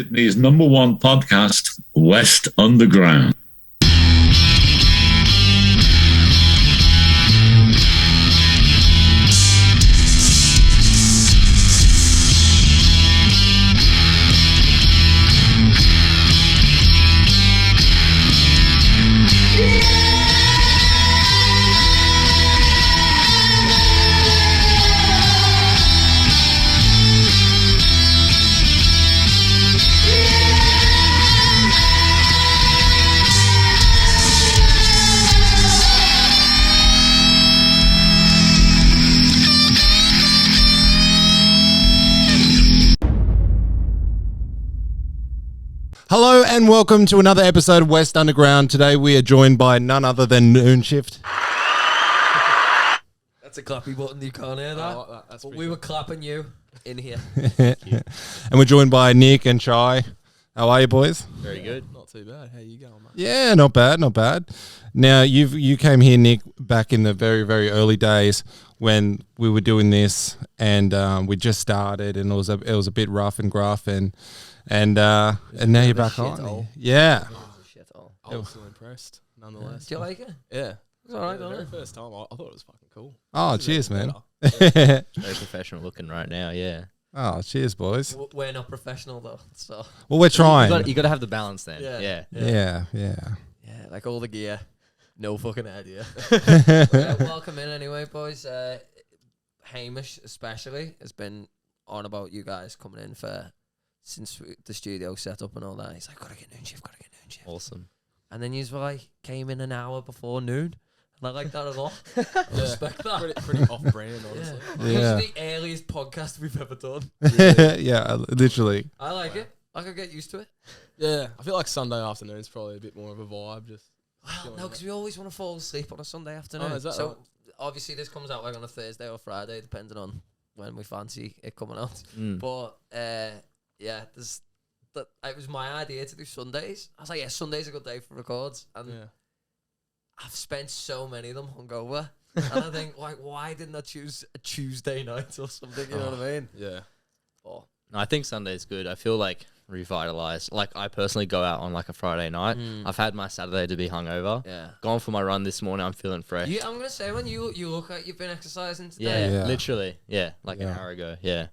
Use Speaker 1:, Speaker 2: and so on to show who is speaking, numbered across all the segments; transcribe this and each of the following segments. Speaker 1: Sydney's number one podcast, West Underground.
Speaker 2: Hello and welcome to another episode of West Underground. Today we are joined by none other than Noon Shift.
Speaker 3: That's a clappy button you can't hear that. but we were clapping you in here.
Speaker 2: And we're joined by Nick and Chai. How are you boys?
Speaker 4: Very good.
Speaker 3: Not too bad. How you going, man?
Speaker 2: Yeah, not bad, not bad. Now you've you came here, Nick, back in the very, very early days when we were doing this and um, we just started and it was a it was a bit rough and gruff and and uh, and now you're back
Speaker 3: shit
Speaker 2: on.
Speaker 3: hole.
Speaker 2: Yeah.
Speaker 3: Shit oh. all.
Speaker 4: I was still impressed, nonnetheless.
Speaker 3: Do you like it?
Speaker 4: Yeah.
Speaker 3: It's alright,
Speaker 4: the
Speaker 3: don't
Speaker 4: very
Speaker 3: it?
Speaker 4: first time, I, I thought it was fucking cool.
Speaker 2: Oh, cheers, man.
Speaker 4: Very professional looking right now. Yeah.
Speaker 2: Oh, cheers, boys.
Speaker 3: W- We're not professional though, so
Speaker 2: Well, we're
Speaker 4: You got
Speaker 2: trying.
Speaker 4: you got to have the balance then. Yeah.
Speaker 3: Yeah.
Speaker 2: Yeah, yeah.
Speaker 3: yeah, like all the gear, no fucking idea. yeah, welcome in anyway, boys. Uh, Hamish especially has been on about you guys coming in for since we, the studio set up and all that. He's like, gotta get noon shift, gotta get noon shift,
Speaker 4: Awesome.
Speaker 3: and then you were like, came in an hour before noon. And I like that a lot. I respect that.
Speaker 4: Pretty, pretty off brand,
Speaker 3: Yeah.
Speaker 4: honestly.
Speaker 2: Yeah.
Speaker 3: It's the earliest podcast we've ever done.
Speaker 2: yeah, uh, literally.
Speaker 3: I like it. I could get used to it.
Speaker 5: Yeah, I feel like Sunday afternoon's probably a bit more of a vibe. Just
Speaker 3: Well,
Speaker 5: Sure.
Speaker 3: no, because we always want to fall asleep on a Sunday afternoon.
Speaker 5: is that
Speaker 3: so
Speaker 5: right?
Speaker 3: obviously this comes out like on a Thursday or Friday, depending on when we fancy it coming out.
Speaker 4: Mm.
Speaker 3: But uh, yeah, there's that. It was my idea to do Sundays. I was like, yeah, Sunday's a good day for records, and
Speaker 5: yeah,
Speaker 3: I've spent so many of them hungover. and I think, like, why didn't I choose a Tuesday night or something? You know what I mean?
Speaker 5: yeah.
Speaker 3: But
Speaker 4: No, I think Sunday's good. I feel like revitalized. Like I personally go out on like a Friday night.
Speaker 3: Mm.
Speaker 4: I've had my Saturday to be hungover.
Speaker 3: yeah,
Speaker 4: Gone for my run this morning. I'm feeling fresh.
Speaker 3: You, I'm gonna say when you you look like you've been exercising
Speaker 4: yeah,
Speaker 3: today.
Speaker 2: Yeah.
Speaker 4: Literally. Yeah. Like
Speaker 2: Yeah.
Speaker 4: an hour ago. Yeah.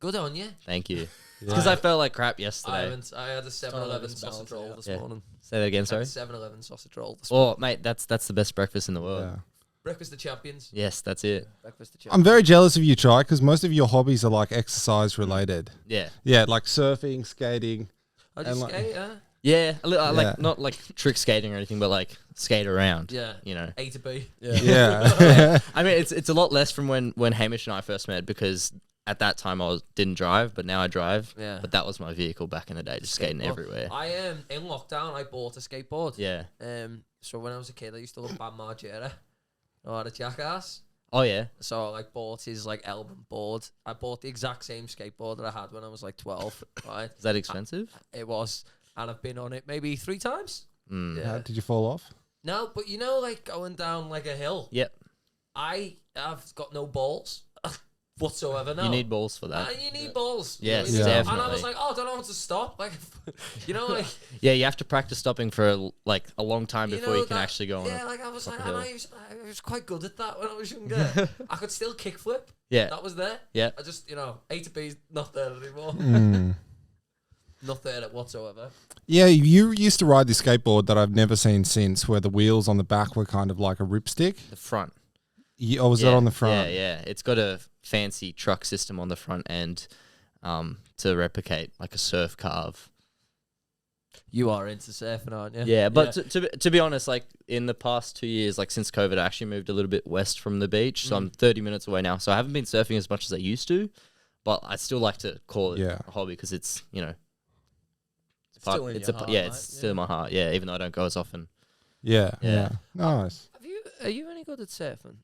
Speaker 3: Good on you.
Speaker 4: Thank you. Because I felt like crap yesterday.
Speaker 3: I haven't. I had a 7-Eleven
Speaker 5: balance
Speaker 3: sausage
Speaker 5: it
Speaker 3: roll
Speaker 5: out.
Speaker 3: this
Speaker 4: Yeah.
Speaker 3: morning.
Speaker 4: Say that again. Sorry.
Speaker 3: 7-Eleven sausage roll. This
Speaker 4: Oh, mate, that's that's the best breakfast in the world.
Speaker 2: Yeah.
Speaker 3: Breakfast the champions.
Speaker 4: Yes, that's it.
Speaker 3: Breakfast the
Speaker 2: I'm
Speaker 3: champions.
Speaker 2: very jealous of you, Chai, because most of your hobbies are like exercise related.
Speaker 4: Yeah.
Speaker 2: Yeah, like surfing, skating.
Speaker 3: I just
Speaker 2: and like-
Speaker 3: skate, yeah.
Speaker 4: Yeah, a little, I
Speaker 2: Yeah.
Speaker 4: like not like trick skating or anything, but like skate around.
Speaker 3: Yeah.
Speaker 4: you know.
Speaker 3: A to B.
Speaker 2: Yeah.
Speaker 4: I mean, it's it's a lot less from when when Hamish and I first met because at that time I was, didn't drive, but now I drive.
Speaker 3: Yeah.
Speaker 4: But that was my vehicle back in the day, just skating
Speaker 3: Well,
Speaker 4: everywhere.
Speaker 3: I am um, in lockdown. I bought a skateboard.
Speaker 4: yeah.
Speaker 3: Um. So when I was a kid, I used to love Bam Margera. I had a jackass.
Speaker 4: Oh yeah.
Speaker 3: So I like bought his like album board. I bought the exact same skateboard that I had when I was like twelve. right.
Speaker 4: Is that expensive?
Speaker 3: It was, and I've been on it maybe three times.
Speaker 4: Mm.
Speaker 3: Yeah.
Speaker 2: Did you fall off?
Speaker 3: No, but you know, like going down like a hill.
Speaker 4: Yep.
Speaker 3: I have got no balls whatsoever now.
Speaker 4: You need balls for that.
Speaker 3: And Uh, you need balls.
Speaker 4: uh, Yes,
Speaker 3: You know,
Speaker 2: Yeah.
Speaker 3: And I was
Speaker 4: definitely.
Speaker 3: like, oh, I don't know how to stop. Like, you know, like
Speaker 4: yeah, you have to practice stopping for a, like a long time before
Speaker 3: know
Speaker 4: you can
Speaker 3: that-
Speaker 4: actually go on.
Speaker 3: yeah,
Speaker 4: Yeah.
Speaker 3: like I was like,
Speaker 4: proper
Speaker 3: and
Speaker 4: hill.
Speaker 3: I was, I was quite good at that when I was younger. I could still kickflip.
Speaker 4: Yeah.
Speaker 3: That was there.
Speaker 4: Yeah.
Speaker 3: I just, you know, A to B's not there anymore. not there at whatsoever.
Speaker 2: Yeah, you used to ride this skateboard that I've never seen since, where the wheels on the back were kind of like a ripstick.
Speaker 4: The front.
Speaker 2: Ye- Oh, was that on the front?
Speaker 4: Yeah, yeah. It's got a fancy truck system on the front end um, to replicate like a surf carve.
Speaker 3: You are into surfing, aren't you?
Speaker 4: Yeah, but To, to, be- to be honest, like in the past two years, like since COVID, I actually moved a little bit west from the beach. So I'm 30 minutes away now. So I haven't been surfing as much as I used to, but I still like to call it
Speaker 2: Yeah.
Speaker 4: a hobby because it's, you know, it's,
Speaker 5: still in
Speaker 4: it's
Speaker 5: your
Speaker 4: a,
Speaker 5: heart,
Speaker 4: yeah,
Speaker 5: right?
Speaker 4: it's still in my heart. Yeah, even though I don't go as often.
Speaker 2: Yeah. Yeah.
Speaker 4: Yeah.
Speaker 2: Nice.
Speaker 3: Have you? Are you any good at surfing?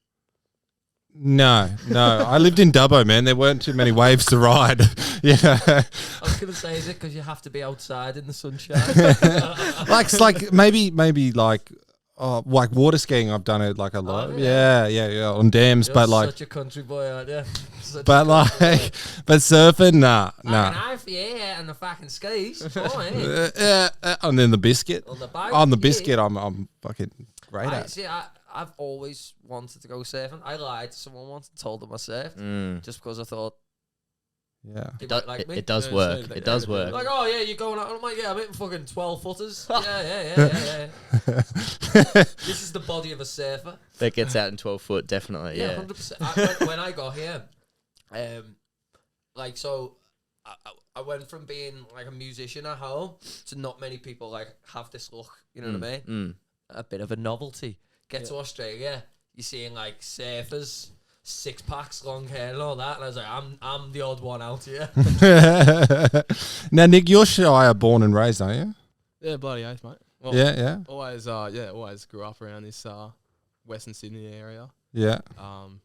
Speaker 2: No, no. I lived in Dubbo, man. There weren't too many waves to ride. yeah.
Speaker 3: I was gonna say, is it because you have to be outside in the sunshine?
Speaker 2: like, it's like maybe, maybe like oh, like water skiing. I've done it like a lot.
Speaker 3: really?
Speaker 2: yeah, yeah, yeah, on dams,
Speaker 3: You're
Speaker 2: but like,
Speaker 3: such a country boy, aren't you? Such
Speaker 2: but
Speaker 3: a country boy.
Speaker 2: like, but surfing, nah,
Speaker 3: Fucking
Speaker 2: nah.
Speaker 3: I've- yeah, and the fucking skis, fine.
Speaker 2: Uh, uh, uh, and then the biscuit.
Speaker 3: On the boat,
Speaker 2: On the
Speaker 3: yeah.
Speaker 2: biscuit, I'm I'm fucking great
Speaker 3: I,
Speaker 2: at.
Speaker 3: see, I, I've always wanted to go surfing. I lied to someone once and told them I surfed
Speaker 4: Mm.
Speaker 3: just because I thought
Speaker 2: Yeah.
Speaker 3: they
Speaker 4: It, do-
Speaker 3: might like
Speaker 4: it,
Speaker 3: me.
Speaker 4: it does
Speaker 5: Yeah,
Speaker 4: work.
Speaker 5: so
Speaker 4: It does
Speaker 5: that-
Speaker 4: work.
Speaker 3: like, oh yeah, you're going out. I'm like, yeah, I'm hitting fucking twelve footers. yeah, yeah, yeah, yeah, yeah. This is the body of a surfer.
Speaker 4: That gets out in 12 foot, definitely.
Speaker 3: Yeah,
Speaker 4: Yeah.
Speaker 3: hundred percent. When, when I got here, um, like so, I, I- I went from being like a musician at home to not many people like have this look. You know what I mean?
Speaker 4: Mm.
Speaker 3: a bit of a novelty. Get to Australia, you're seeing like surfers, six packs, long hair, and all that. And I was like, I'm I'm the odd one out here.
Speaker 2: now, Nick, you're Shire born and raised, aren't you?
Speaker 5: Yeah, bloody oath, mate. Well,
Speaker 2: Yeah, yeah,
Speaker 5: Always, uh, yeah, always grew up around this uh, Western Sydney area.
Speaker 2: yeah.
Speaker 5: Um,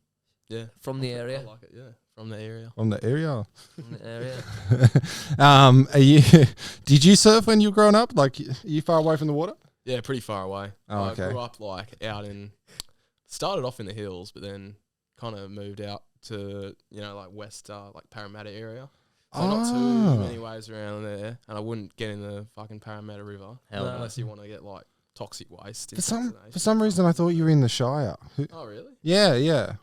Speaker 5: yeah,
Speaker 3: From the
Speaker 5: I
Speaker 3: area.
Speaker 5: like it. Yeah, from the area.
Speaker 2: From the area.
Speaker 3: From the area.
Speaker 2: Um, are you? Did you surf when you were growing up? Like, are you far away from the water?
Speaker 5: Yeah, pretty far away.
Speaker 2: Oh,
Speaker 5: I
Speaker 2: okay.
Speaker 5: grew up like out in, started off in the hills, but then kind of moved out to you know like west, uh, like Parramatta area. So Oh, not
Speaker 2: Ah.
Speaker 5: too many waves around there, and I wouldn't get in the fucking Parramatta River
Speaker 4: Hell no.
Speaker 5: unless you want to get like toxic waste.
Speaker 2: For some,
Speaker 5: desalination.
Speaker 2: for some reason, I thought you were in the Shire. Who-
Speaker 5: Oh really?
Speaker 2: Yeah, yeah,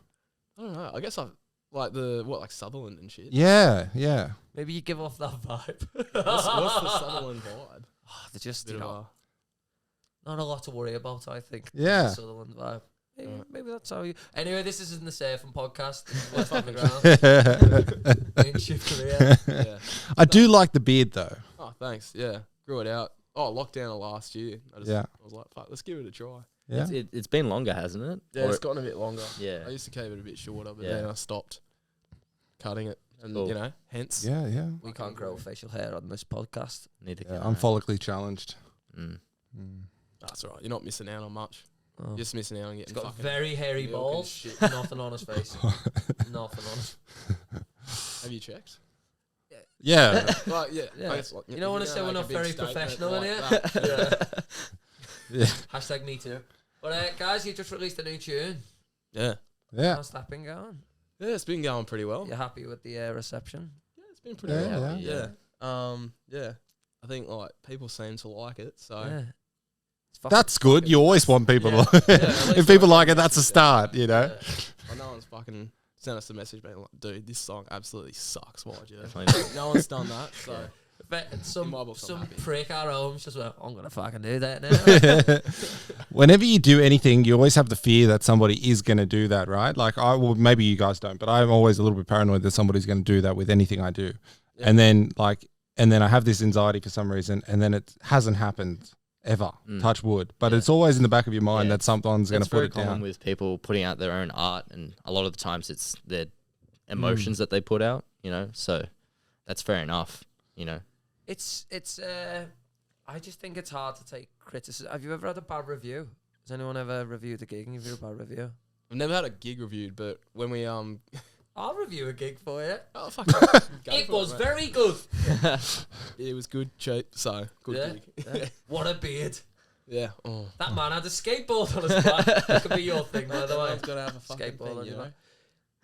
Speaker 5: I don't know. I guess I like the what like Sutherland and shit.
Speaker 2: yeah, yeah.
Speaker 3: Maybe you give off that vibe.
Speaker 5: What's, what's the Sutherland vibe?
Speaker 3: Oh, they're just you
Speaker 5: Bit of
Speaker 3: know,
Speaker 5: a-
Speaker 3: not a lot to worry about, I think.
Speaker 2: Yeah.
Speaker 3: Sutherland vibe. Maybe,
Speaker 5: Alright.
Speaker 3: maybe that's how you. Anyway, this isn't the surfing podcast. This is what's on the ground. In
Speaker 2: I
Speaker 3: Shift Korea.
Speaker 5: yeah.
Speaker 2: do like the beard though.
Speaker 5: Oh, thanks. Yeah, grew it out. Oh, lockdown of last year. I just,
Speaker 2: Yeah.
Speaker 5: I was like, fuck, let's give it a try.
Speaker 2: Yeah,
Speaker 4: It's, it, it's been longer, hasn't it?
Speaker 5: Yeah, it's
Speaker 4: Or-
Speaker 5: gotten a bit longer. I
Speaker 4: yeah.
Speaker 5: used to keep it a bit shorter, but
Speaker 4: Yeah.
Speaker 5: then I stopped cutting it, and
Speaker 4: Cool.
Speaker 5: you know, hence
Speaker 2: yeah, yeah.
Speaker 3: We can't grow facial hair on this podcast.
Speaker 4: Neither
Speaker 2: yeah
Speaker 4: can
Speaker 2: I'm
Speaker 4: I.
Speaker 2: follically challenged.
Speaker 4: Mm.
Speaker 2: Mm.
Speaker 5: that's all right. You're not missing out on much.
Speaker 3: Oh.
Speaker 5: You're just missing out on
Speaker 3: He's
Speaker 5: getting
Speaker 3: got
Speaker 5: fucking.
Speaker 3: very hairy
Speaker 5: milk and
Speaker 3: balls.
Speaker 5: shit.
Speaker 3: Nothing on his face. Nothing on his
Speaker 5: Have you checked?
Speaker 2: Yeah,
Speaker 5: Well, yeah.
Speaker 3: Yeah.
Speaker 5: I guess, like,
Speaker 3: You don't wanna say we're
Speaker 5: make
Speaker 3: not
Speaker 5: a big
Speaker 3: very
Speaker 5: statement
Speaker 3: professional in
Speaker 5: like
Speaker 3: here.
Speaker 5: that. Yeah.
Speaker 2: yeah,
Speaker 3: Hashtag me too. But uh, guys, you just released a new tune.
Speaker 5: yeah.
Speaker 2: yeah.
Speaker 3: How's that been going?
Speaker 5: Yeah, it's been going pretty well.
Speaker 3: You happy with the uh, reception?
Speaker 5: Yeah, it's been pretty
Speaker 2: Yeah,
Speaker 5: well.
Speaker 2: yeah.
Speaker 5: Yeah. Um, yeah. I think like people seem to like it, so
Speaker 3: Yeah. It's fucking-
Speaker 2: That's good. You always want people.
Speaker 5: Yeah.
Speaker 2: to-
Speaker 5: Yeah, at
Speaker 2: if
Speaker 5: least
Speaker 2: people
Speaker 5: I-
Speaker 2: like it, that's a start. You know.
Speaker 5: Yeah. Well, no one's fucking sent us a message being like, dude, this song absolutely sucks. Why'd you? do that?"
Speaker 4: Definitely.
Speaker 5: no one's done that, so
Speaker 3: But it's some
Speaker 5: Your mobile
Speaker 3: some
Speaker 5: happy.
Speaker 3: prick at home just went, I'm gonna fucking do that now.
Speaker 2: Whenever you do anything, you always have the fear that somebody is going to do that, right? Like, I well, maybe you guys don't, but I'm always a little bit paranoid that somebody's going to do that with anything I do,
Speaker 5: Yeah.
Speaker 2: and then like, and then I have this anxiety for some reason, and then it hasn't happened ever.
Speaker 4: Mm.
Speaker 2: Touch wood, but
Speaker 4: Yeah.
Speaker 2: it's always in the back of your mind
Speaker 4: Yeah.
Speaker 2: that someone's going to
Speaker 4: That's
Speaker 2: put
Speaker 4: very
Speaker 2: it
Speaker 4: common
Speaker 2: down.
Speaker 4: with people putting out their own art, and a lot of the times it's their emotions that they put out. You know, so that's fair enough. You know,
Speaker 3: it's it's uh, I just think it's hard to take criticism. Have you ever had a bad review? Has anyone ever reviewed a gig and give you a bad review?
Speaker 5: I've never had a gig reviewed, but when we um,
Speaker 3: I'll review a gig for you.
Speaker 5: oh fuck, go for
Speaker 3: it was
Speaker 5: mate.
Speaker 3: very good.
Speaker 5: It was good, cheap, so good
Speaker 3: Yeah.
Speaker 5: gig.
Speaker 3: Yeah. What a beard.
Speaker 5: Yeah. Oh.
Speaker 3: That man had a skateboard on his back. that could be your thing, by the way.
Speaker 5: Everyone's gotta have a fucking
Speaker 3: Skateboard
Speaker 5: thing,
Speaker 3: on
Speaker 5: you
Speaker 3: your
Speaker 5: know?
Speaker 3: back.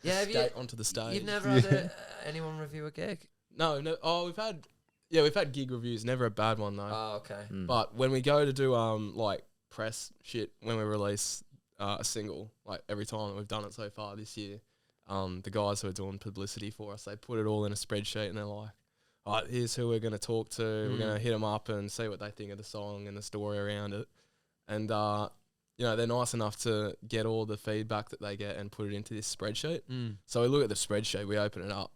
Speaker 3: Yeah, have you,
Speaker 5: Skate onto the stage.
Speaker 3: You've never had a, uh, anyone review a gig?
Speaker 5: No, no. Oh, we've had. Yeah, we've had gig reviews. Never a bad one though.
Speaker 3: Oh, okay.
Speaker 4: Mm.
Speaker 5: but when we go to do um like press shit when we release uh, a single, like every time that we've done it so far this year, um the guys who are doing publicity for us, they put it all in a spreadsheet and they're like, all right, here's who we're gonna talk to. We're
Speaker 3: Mm.
Speaker 5: gonna hit them up and see what they think of the song and the story around it. And uh, you know they're nice enough to get all the feedback that they get and put it into this spreadsheet.
Speaker 3: Mm.
Speaker 5: So we look at the spreadsheet, we open it up,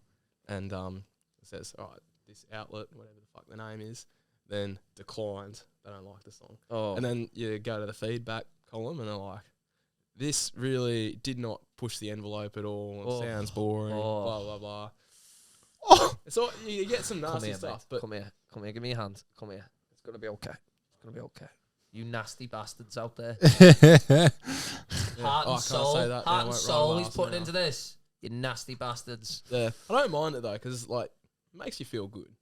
Speaker 5: and um, it says, all right, this outlet, whatever the fuck the name is, then declined. They don't like the song.
Speaker 3: Oh,
Speaker 5: And then you go to the feedback column, and they're like, this really did not push the envelope at all. It
Speaker 3: Oh.
Speaker 5: sounds boring.
Speaker 3: Oh.
Speaker 5: Blah blah blah. So you you get some
Speaker 3: come
Speaker 5: nasty
Speaker 3: here,
Speaker 5: stuff,
Speaker 3: mate.
Speaker 5: but
Speaker 3: come here, come here. Give me a hand. Come here. It's gonna be okay. It's gonna be okay. You nasty bastards out there,
Speaker 5: yeah.
Speaker 3: heart
Speaker 5: Oh, I
Speaker 3: and
Speaker 5: can't
Speaker 3: soul,
Speaker 5: say that. Yeah, I
Speaker 3: heart and
Speaker 5: won't
Speaker 3: soul.
Speaker 5: roll
Speaker 3: He's
Speaker 5: laughs
Speaker 3: putting
Speaker 5: now.
Speaker 3: into this. You nasty bastards.
Speaker 5: yeah, I don't mind it
Speaker 3: Mm.
Speaker 5: though because like it makes you feel good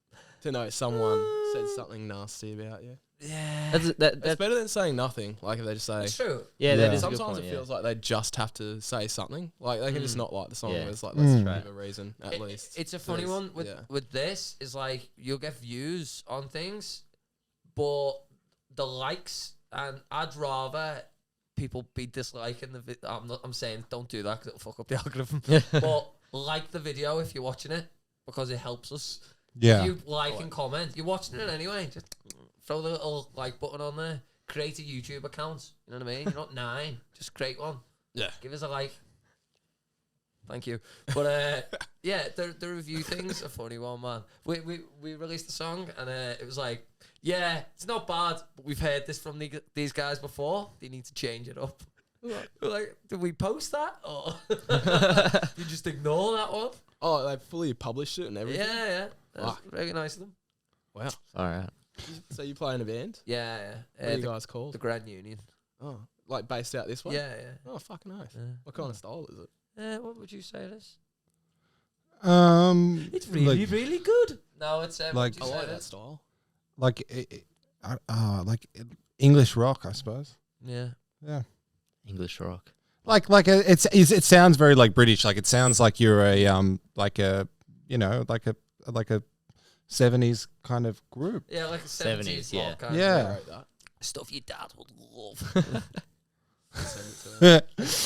Speaker 5: to know someone said something nasty about you.
Speaker 3: Yeah.
Speaker 4: That's, that,
Speaker 5: It's
Speaker 4: that,
Speaker 5: better than saying nothing. Like if they just say.
Speaker 3: It's true.
Speaker 4: yeah,
Speaker 2: Yeah.
Speaker 4: that is a good
Speaker 5: Sometimes
Speaker 4: point,
Speaker 5: it
Speaker 4: yeah.
Speaker 5: feels like they just have to say something. Like they can just not like the song.
Speaker 4: Yeah.
Speaker 5: It's like let's
Speaker 2: Mm.
Speaker 5: give a reason at
Speaker 3: It-
Speaker 5: least.
Speaker 3: It's a funny
Speaker 5: There's-
Speaker 3: one with
Speaker 5: yeah.
Speaker 3: with this is like you'll get views on things, but the likes and I'd rather people be disliking the video. I'm not, I'm saying don't do that 'cause it'll fuck up the algorithm. but like the video if you're watching it because it helps us.
Speaker 2: Yeah.
Speaker 3: You like and comment. You're watching it anyway. Just throw the little like button on there. Create a YouTube account. You know what I mean? You're not nine. Just create one.
Speaker 5: Yeah.
Speaker 3: Give us a like. Thank you. But uh, yeah, the, the review thing's a funny one, man. We, we, we released a song and uh, it was like, yeah, it's not bad, but we've heard this from the, these guys before. They need to change it up. We're like, did we post that? Or you just ignore that one?
Speaker 5: Oh, they fully published it and
Speaker 3: Yeah,
Speaker 5: everything.
Speaker 3: yeah. That's
Speaker 5: Fuck.
Speaker 3: very nice of them.
Speaker 5: Wow.
Speaker 4: All right.
Speaker 5: So you play in a band?
Speaker 3: Yeah, yeah.
Speaker 5: What
Speaker 3: Uh,
Speaker 5: are you
Speaker 3: the,
Speaker 5: guys called?
Speaker 3: the Grand Union.
Speaker 5: oh, like based out this way?
Speaker 3: Yeah, yeah.
Speaker 5: Oh, fucking nice.
Speaker 3: Yeah.
Speaker 5: What kind of style is it?
Speaker 3: Uh, what would you say it is?
Speaker 2: Um,
Speaker 3: It's
Speaker 2: like-
Speaker 3: really, really good. No, it's um,
Speaker 2: Like-
Speaker 3: like,
Speaker 5: I
Speaker 3: you say
Speaker 5: like
Speaker 3: it
Speaker 5: that
Speaker 3: is?
Speaker 5: style.
Speaker 2: like it, it, uh, uh, like uh, English rock, I suppose.
Speaker 3: Yeah.
Speaker 2: Yeah.
Speaker 4: English rock.
Speaker 2: Like like a, it's is it sounds very like British. Like it sounds like you're a um like a you know like a like a seventies kind of group.
Speaker 3: Yeah, like a
Speaker 4: 70s,
Speaker 3: 70s,
Speaker 4: yeah.
Speaker 3: rock kind of
Speaker 5: I
Speaker 2: Yeah.
Speaker 5: wrote that.
Speaker 3: Stuff your dad would love.
Speaker 5: Send it to them.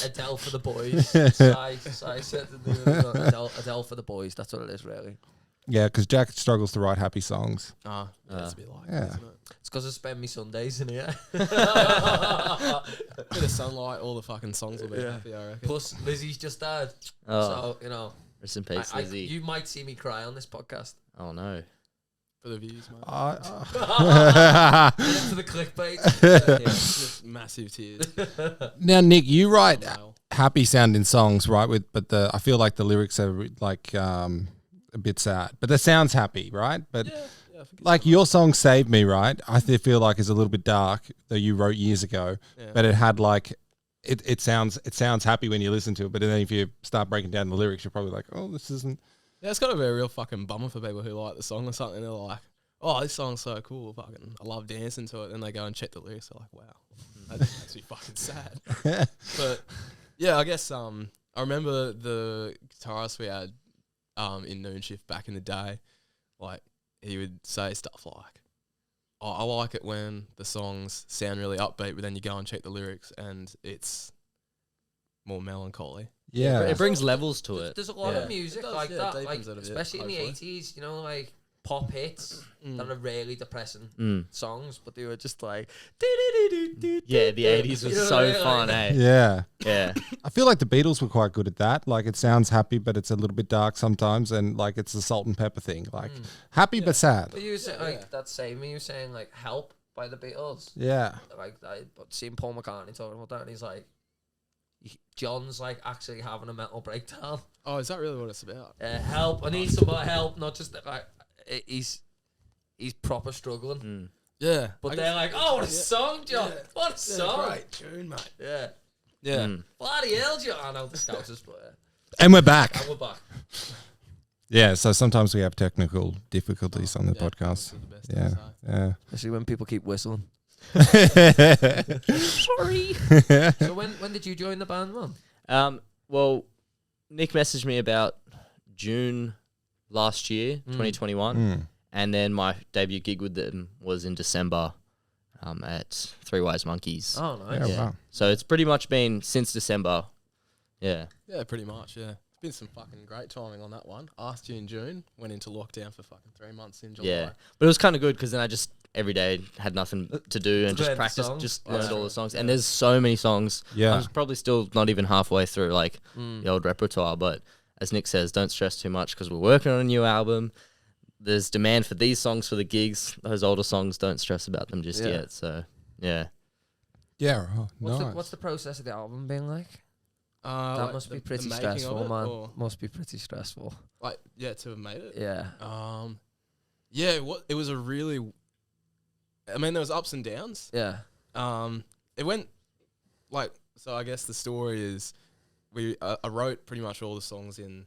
Speaker 3: Adele for the boys. Sai, Sai said that they were not Adele, Adele for the boys. That's what it is, really.
Speaker 2: yeah, because Jack struggles to write happy songs.
Speaker 5: Ah, yeah,
Speaker 4: Ah.
Speaker 5: that's a bit like
Speaker 2: Yeah.
Speaker 5: it, isn't it?
Speaker 3: It's because I spend my Sundays in here.
Speaker 5: Bit of sunlight, all the fucking songs will be
Speaker 3: Yeah.
Speaker 5: happy, I reckon.
Speaker 3: Plus, Lizzie's just died.
Speaker 4: Oh,
Speaker 3: So, you know,
Speaker 4: rest in
Speaker 3: I,
Speaker 4: peace,
Speaker 3: I,
Speaker 4: Lizzie.
Speaker 3: you might see me cry on this podcast.
Speaker 4: oh no.
Speaker 5: For the views, mate.
Speaker 2: Uh, uh.
Speaker 3: for the clickbait.
Speaker 5: Yeah, just massive tears.
Speaker 2: now, Nick, you write
Speaker 5: Smile.
Speaker 2: happy sounding songs, right? With but the I feel like the lyrics are re- like um a bit sad, but the sounds happy, right? But
Speaker 5: Yeah, yeah, I think it's
Speaker 2: like your song "Save Me," right? I th- feel like is a little bit dark though you wrote years ago,
Speaker 5: Yeah.
Speaker 2: but it had like it, it sounds it sounds happy when you listen to it, but then if you start breaking down the lyrics, you're probably like, oh, this isn't.
Speaker 5: Yeah, it's got to be a real fucking bummer for people who like the song or something. They're like, "Oh, this song's so cool, fucking! I love dancing to it." Then they go and check the lyrics. They're like, "Wow, that makes me fucking sad." but yeah, I guess um, I remember the guitarist we had um in Noon Shift back in the day. Like he would say stuff like, "Oh, I like it when the songs sound really upbeat, but then you go and check the lyrics and it's more melancholy."
Speaker 2: Yeah,
Speaker 4: It brings levels to it.
Speaker 3: There's a lot
Speaker 5: Yeah.
Speaker 3: of music
Speaker 5: It does,
Speaker 3: like
Speaker 5: yeah, it
Speaker 3: that, like
Speaker 5: deepens it a bit,
Speaker 3: especially in the
Speaker 5: hopefully.
Speaker 3: '80s. You know, like pop hits that are really depressing
Speaker 4: Mm.
Speaker 3: songs, but they were just like,
Speaker 4: Hmm. Yeah, the
Speaker 3: You
Speaker 4: 80s
Speaker 3: know
Speaker 4: was
Speaker 3: what I
Speaker 4: so
Speaker 3: mean?
Speaker 4: fun,
Speaker 3: Like,
Speaker 4: eh?
Speaker 2: yeah.
Speaker 4: Yeah.
Speaker 2: I feel like the Beatles were quite good at that. Like it sounds happy, but it's a little bit dark sometimes, and like it's the salt and pepper thing, like
Speaker 5: Mm.
Speaker 2: happy but sad.
Speaker 3: But you were saying,
Speaker 5: Yeah,
Speaker 3: like
Speaker 5: yeah.
Speaker 3: that same you were saying like help by the Beatles.
Speaker 2: Yeah,
Speaker 3: Like I but seeing Paul McCartney talking about that and he's like he- John's like actually having a mental breakdown.
Speaker 5: Oh, is that really what it's about?
Speaker 3: Uh, help, I need some more help, not just like uh, he's he's proper struggling.
Speaker 4: Mm.
Speaker 5: Yeah,
Speaker 3: But
Speaker 5: I
Speaker 3: they're like,
Speaker 5: guess-
Speaker 3: Oh what a
Speaker 5: Yeah.
Speaker 3: song, John.
Speaker 5: Yeah.
Speaker 3: What a song.
Speaker 5: great tune, mate.
Speaker 3: Yeah.
Speaker 5: Yeah.
Speaker 4: Mm.
Speaker 3: Bloody hell, John. I know the scousers, but uh,
Speaker 2: and we're back.
Speaker 3: and we're back.
Speaker 2: Yeah, so sometimes we have technical difficulties on the
Speaker 5: Yeah,
Speaker 2: podcast.
Speaker 5: those are the best
Speaker 2: Yeah,
Speaker 5: things,
Speaker 2: yeah.
Speaker 3: Especially when people keep whistling.
Speaker 4: Sorry.
Speaker 3: so when when did you join the band, man?
Speaker 4: Um, well, Nick messaged me about June last year, 2021,
Speaker 2: Mm.
Speaker 4: and then my debut gig with them was in December um, at Three Wise Monkeys.
Speaker 3: Oh nice.
Speaker 2: Yeah, wow.
Speaker 4: So it's pretty much been since December. Yeah.
Speaker 5: eh? Yeah, pretty much. Yeah, it's been some fucking great timing on that one. Asked you in June, went into lockdown for fucking three months in July.
Speaker 4: Yeah, but it was kind of good because then I just every day had nothing to
Speaker 3: Uh,
Speaker 4: do and
Speaker 3: Learn
Speaker 4: just
Speaker 3: the
Speaker 4: practiced,
Speaker 3: songs. Oh,
Speaker 4: just
Speaker 5: Yeah.
Speaker 4: learned all the songs. And there's so many songs.
Speaker 2: Yeah.
Speaker 4: I'm probably still not even halfway through like
Speaker 5: Mm.
Speaker 3: Mm.
Speaker 4: the old repertoire. But as Nick says, don't stress too much because we're working on a new album. There's demand for these songs for the gigs. Those older songs, don't stress about them just
Speaker 3: Yeah.
Speaker 4: yet. So yeah,
Speaker 2: Yeah, oh,
Speaker 3: What's,
Speaker 2: nice.
Speaker 3: the, what's the process of the album being like?
Speaker 5: Uh,
Speaker 3: that
Speaker 5: like
Speaker 3: must be
Speaker 5: the- the
Speaker 3: pretty
Speaker 5: making of
Speaker 3: stressful,
Speaker 5: it,
Speaker 3: man.
Speaker 5: or,
Speaker 3: Must be pretty stressful.
Speaker 5: like, yeah, to have made it.
Speaker 3: Yeah.
Speaker 5: Um, yeah, what it was a really. I mean, there was ups and downs.
Speaker 3: Yeah.
Speaker 5: Um, it went like so. I guess the story is, we uh, I wrote pretty much all the songs in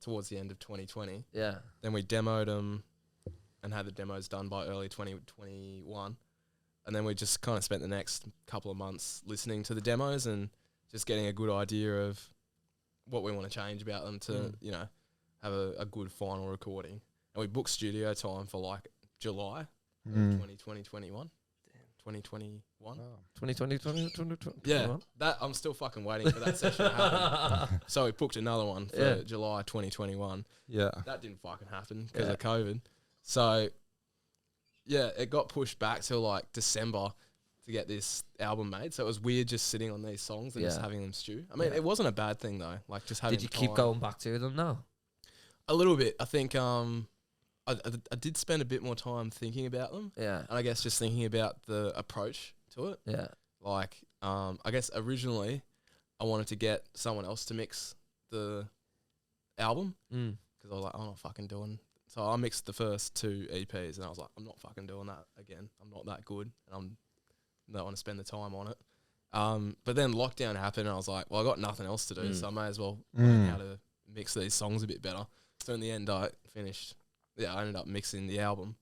Speaker 5: towards the end of 2020.
Speaker 3: Yeah.
Speaker 5: Then we demoed them and had the demos done by early 2021. and then we just kind of spent the next couple of months listening to the demos and just getting a good idea of what we want to change about them to
Speaker 3: Mm.
Speaker 5: you know have a, a good final recording. And we booked studio time for like July of
Speaker 2: Mm.
Speaker 5: 2020, 21. 2021.
Speaker 3: Twenty twenty twenty twenty twenty.
Speaker 5: Yeah, that I'm still fucking waiting for that session to happen. So we booked another one for
Speaker 3: Yeah.
Speaker 5: July 2021
Speaker 2: Yeah.
Speaker 5: that didn't fucking happen because
Speaker 3: Yeah.
Speaker 5: of COVID. So, yeah, it got pushed back till like December to get this album made. So it was weird just sitting on these songs and just
Speaker 3: Yeah.
Speaker 5: having them stew. I mean,
Speaker 3: Yeah.
Speaker 5: it wasn't a bad thing though. Like just having
Speaker 3: Did you keep
Speaker 5: time.
Speaker 3: going back to them now?
Speaker 5: a little bit. I think um, I, I, I did spend a bit more time thinking about them,
Speaker 3: Yeah.
Speaker 5: and I guess just thinking about the approach to it.
Speaker 3: Yeah.
Speaker 5: Like, um, I guess originally I wanted to get someone else to mix the album,
Speaker 3: Mm.
Speaker 5: because I was like, I'm not fucking doing. So I mixed the first two EPs, and I was like, I'm not fucking doing that again. I'm not that good, and I'm not want to spend the time on it. Um, but then lockdown happened, and I was like, well, I got nothing else to do,
Speaker 4: Mm.
Speaker 5: so I may as well learn how
Speaker 2: Mm.
Speaker 5: to mix these songs a bit better. So in the end, I finished. Yeah, I ended up mixing the album,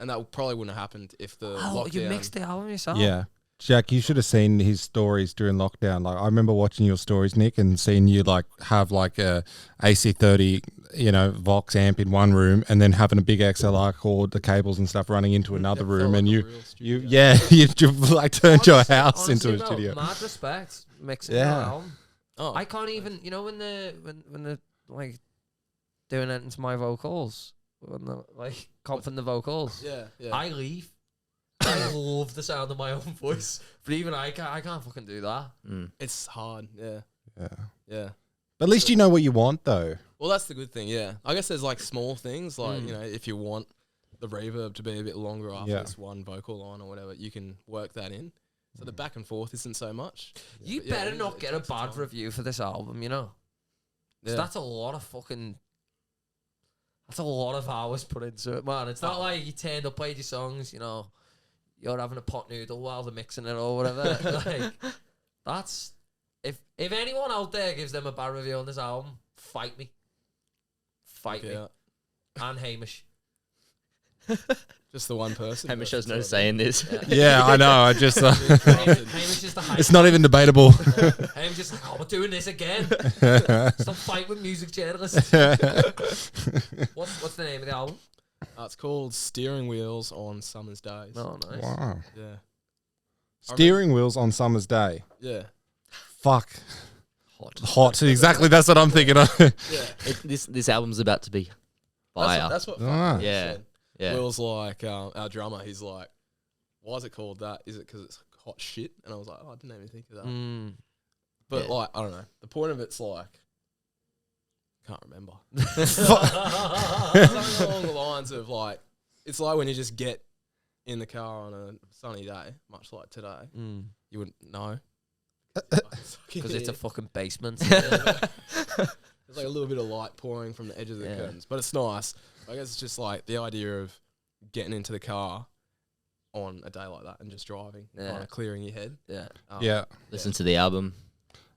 Speaker 5: and that probably wouldn't have happened if the
Speaker 3: Oh,
Speaker 5: lockdown.
Speaker 3: you mixed the album yourself?
Speaker 2: Yeah. Jack, you should have seen his stories during lockdown. Like I remember watching your stories, Nick, and seeing you like have like a AC30, you know, Vox amp in one room, and then having a big XLR cord, the cables and stuff running into another
Speaker 5: That felt
Speaker 2: room,
Speaker 5: like
Speaker 2: and
Speaker 5: a
Speaker 2: you,
Speaker 5: real
Speaker 2: you,
Speaker 5: studio.
Speaker 2: yeah, you just like turned your
Speaker 3: Honestly-
Speaker 2: house into a
Speaker 3: honestly, bro,
Speaker 2: studio.
Speaker 3: Mad respect mixing
Speaker 2: Yeah.
Speaker 3: yeah. album.
Speaker 5: Oh,
Speaker 3: I can't even, you know, when the when when the like doing anything to my vocals, when the like comping the vocals,
Speaker 5: yeah, yeah.
Speaker 3: I leave. I love the sound of my own voice, but even I can't, I can't fucking do that.
Speaker 4: Mm.
Speaker 5: it's hard. Yeah,
Speaker 2: Yeah.
Speaker 5: yeah.
Speaker 2: But at least you know what you want, though.
Speaker 5: Well, that's the good thing, yeah. I guess there's like small things, like
Speaker 3: Mm.
Speaker 5: you know, if you want the reverb to be a bit longer after
Speaker 2: Yeah.
Speaker 5: this one vocal line or whatever, you can work that in. So
Speaker 2: Mm.
Speaker 5: the back and forth isn't so much.
Speaker 3: You
Speaker 5: Yeah,
Speaker 3: better
Speaker 5: it is-
Speaker 3: not
Speaker 5: it
Speaker 3: get a
Speaker 5: takes its
Speaker 3: bad
Speaker 5: time.
Speaker 3: review for this album, you know. 'Cause
Speaker 5: Yeah.
Speaker 3: That's a lot of fucking. That's a lot of hours put into it, man. It's not like you turned up, played your songs, you know, you're having a pot noodle while they're mixing it or whatever. like, that's if if anyone out there gives them a bad review on this album, fight me, fight me,
Speaker 5: Yeah.
Speaker 3: and Hamish.
Speaker 5: Just the one person.
Speaker 4: Hamish
Speaker 5: versus
Speaker 4: has no
Speaker 5: the-
Speaker 4: say in this.
Speaker 2: Yeah, I know. I just, uh,
Speaker 3: Hamish, Hamish is the hype.
Speaker 2: it's not even debatable.
Speaker 3: Hamish is like, oh, we're doing this again. Stop fighting with music journalists. What's what's the name of the album?
Speaker 5: Uh, it's called Steering Wheels on Summer's Days.
Speaker 3: Oh, nice.
Speaker 2: wow.
Speaker 5: Yeah.
Speaker 2: Steering wheels on summer's day.
Speaker 5: Yeah.
Speaker 2: Fuck.
Speaker 3: Hot.
Speaker 2: Hot. Exactly. That's what I'm thinking of.
Speaker 5: Yeah.
Speaker 4: It, this this album's about to be
Speaker 5: That's
Speaker 4: fire.
Speaker 5: what, that's what
Speaker 2: Ah.
Speaker 5: fucking
Speaker 4: Yeah.
Speaker 5: said.
Speaker 4: yeah.
Speaker 5: Will's like, um, our drummer, he's like, why is it called that? Is it because it's hot shit? And I was like, oh, I didn't even think of that.
Speaker 3: Mm.
Speaker 5: But
Speaker 4: Yeah.
Speaker 5: like, I don't know. The point of it's like, can't remember. Something along the lines of like, it's like when you just get in the car on a sunny day, much like today.
Speaker 3: Mm.
Speaker 5: You wouldn't know
Speaker 3: Because it's a fucking basement.
Speaker 5: There's like a little bit of light pouring from the edge of the
Speaker 3: Yeah.
Speaker 5: curtains, but it's nice. I guess it's just like the idea of getting into the car on a day like that and just driving,
Speaker 3: Yeah.
Speaker 5: kind of clearing your head.
Speaker 3: yeah.
Speaker 5: Um,
Speaker 2: yeah.
Speaker 4: Listen to the album.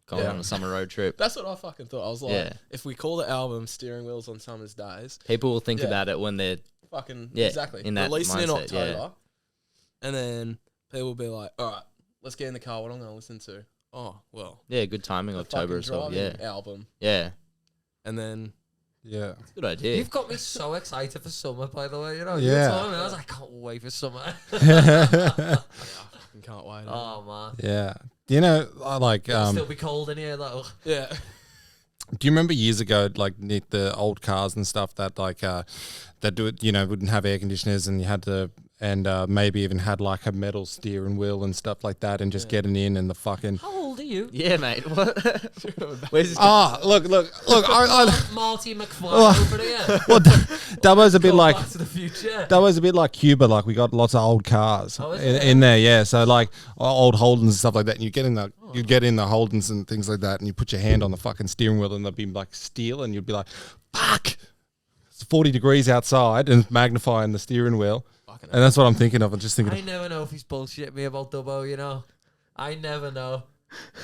Speaker 4: Going
Speaker 5: Yeah.
Speaker 4: on a summer road trip.
Speaker 5: That's what I fucking thought. I was like,
Speaker 4: Yeah.
Speaker 5: if we call the album "Steering Wheels on Summer's Days,"
Speaker 4: People will think
Speaker 5: Yeah.
Speaker 4: about it when they're
Speaker 5: fucking
Speaker 4: Yeah,
Speaker 5: exactly
Speaker 4: in that
Speaker 5: releasing in
Speaker 4: mindset, yeah.
Speaker 5: October, and then people will be like, "All right, let's get in the car. What am I going to listen to?" Oh well,
Speaker 4: yeah, good timing
Speaker 5: the fucking
Speaker 4: October as well. Yeah.
Speaker 5: Driving album,
Speaker 4: Yeah.
Speaker 5: and then
Speaker 2: Yeah.
Speaker 4: It's a good idea.
Speaker 3: You've got me so excited for summer, by the way. You know,
Speaker 2: Yeah.
Speaker 3: yeah. I was like, I can't wait for summer.
Speaker 5: yeah, I fucking can't wait.
Speaker 4: Ah.
Speaker 3: oh, man.
Speaker 2: Yeah. You know, I like.
Speaker 3: It'll
Speaker 2: Um,
Speaker 3: still be cold in here, though.
Speaker 5: Yeah,
Speaker 2: do you remember years ago, like Nick, the old cars and stuff that like uh, that do it, you know, wouldn't have air conditioners, and you had to, and uh, maybe even had like a metal steering wheel and stuff like that, and just getting in and the fucking.
Speaker 3: How old are you?
Speaker 4: yeah, mate. What? Where's this?
Speaker 5: Oh,
Speaker 2: Ah, look, look, look! I, I,
Speaker 3: Marty McFly
Speaker 2: Oh.
Speaker 3: over here.
Speaker 2: well, Dubbo's a bit
Speaker 3: Go
Speaker 2: like
Speaker 3: Back to the future.
Speaker 2: that was a bit like Cuba. Like we got lots of old cars
Speaker 3: Oh, is
Speaker 2: in,
Speaker 3: it?
Speaker 2: in there, yeah. So like o- old Holdens and stuff like that. And you get in the
Speaker 3: Oh.
Speaker 2: you get in the Holdens and things like that, and you put your hand on the fucking steering wheel, and they'd be like steel, and you'd be like, "Fuck!" It's forty degrees outside, and magnifying the steering wheel.
Speaker 5: fucking
Speaker 2: And that's what I'm thinking of. I'm just thinking,
Speaker 3: I
Speaker 2: of,
Speaker 3: never know if he's bullshit me about Dubbo, you know. I never know.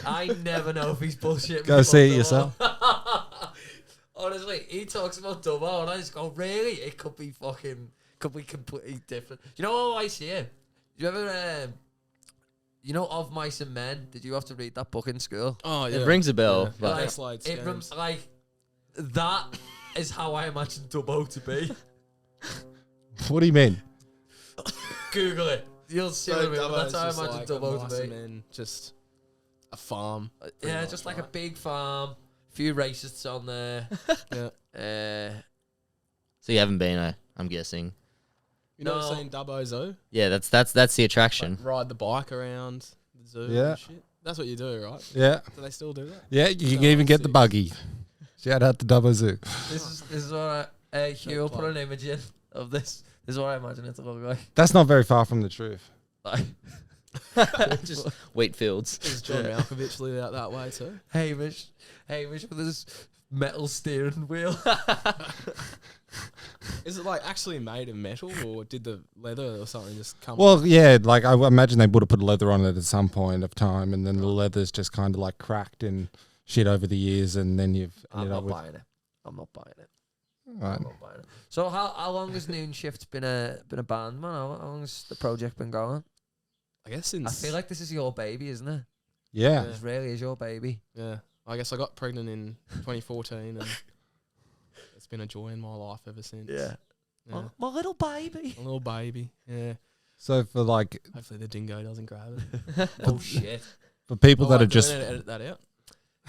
Speaker 3: I never know if he's bullshit me
Speaker 2: Go
Speaker 3: about
Speaker 2: see it
Speaker 3: Dubbo.
Speaker 2: yourself.
Speaker 3: Honestly, he talks about Dubbo and I just go, really? It could be fucking, could be completely different. You know how I see it? You ever, um, you know, of mice and men? Did you have to read that book in school?
Speaker 5: Oh, yeah.
Speaker 4: It rings a bell,
Speaker 5: Yeah.
Speaker 4: but
Speaker 5: Like- slides,
Speaker 3: it rem-
Speaker 5: games.
Speaker 3: like that is how I imagine Dubbo to be.
Speaker 2: What do you mean?
Speaker 3: Google it. You'll see what I mean. That's how I imagine Dubbo to be.
Speaker 5: Man, just a farm.
Speaker 3: yeah,
Speaker 5: much,
Speaker 3: just like a
Speaker 5: right?
Speaker 3: big farm, few racists on there.
Speaker 5: Yeah.
Speaker 3: Uh,
Speaker 4: so you haven't been, I, I'm guessing.
Speaker 5: You know,
Speaker 3: No.
Speaker 5: seen Dubbo Zoo?
Speaker 4: Yeah, that's that's that's the attraction.
Speaker 5: Like, ride the bike around the zoo.
Speaker 2: Yeah.
Speaker 5: And shit. That's what you do, right?
Speaker 2: Yeah,
Speaker 5: Do they still do that?
Speaker 2: yeah. You can even get the buggy. Shout out to Double Zoo.
Speaker 3: this is this is what I uh, Hugh will put an image in of this. This is what I imagine it to look like.
Speaker 2: That's not very far from the truth.
Speaker 3: Like
Speaker 4: Just wheat fields.
Speaker 5: Does John Malkovich live out that way too?
Speaker 3: Hamish, Hamish with his metal steering wheel.
Speaker 5: Is it like actually made of metal, or did the leather or something just come?
Speaker 2: Well, yeah, like I w- imagine they would have put leather on it at some point of time, and then the leather's just kind of like cracked and shit over the years, and then you've
Speaker 3: I'm
Speaker 2: ended up
Speaker 3: not
Speaker 2: with.
Speaker 3: buying it. I'm not buying it.
Speaker 2: Right.
Speaker 3: I'm not buying it. So how how long has Noon Shift been a been a band, man? How, how long's the project been going?
Speaker 5: I guess
Speaker 3: I
Speaker 5: since
Speaker 3: feel like this is your baby, isn't it?
Speaker 2: Yeah.
Speaker 3: This really is your baby.
Speaker 5: yeah, I guess I got pregnant in 2014, and it's been a joy in my life ever since. Yeah.
Speaker 3: My, my little baby.
Speaker 5: a little baby. Yeah,
Speaker 2: So for like
Speaker 5: hopefully the dingo doesn't grab it.
Speaker 3: oh shit.
Speaker 2: for people
Speaker 5: Oh,
Speaker 2: that
Speaker 5: wait,
Speaker 2: are
Speaker 5: do we
Speaker 2: just
Speaker 5: need to edit that out.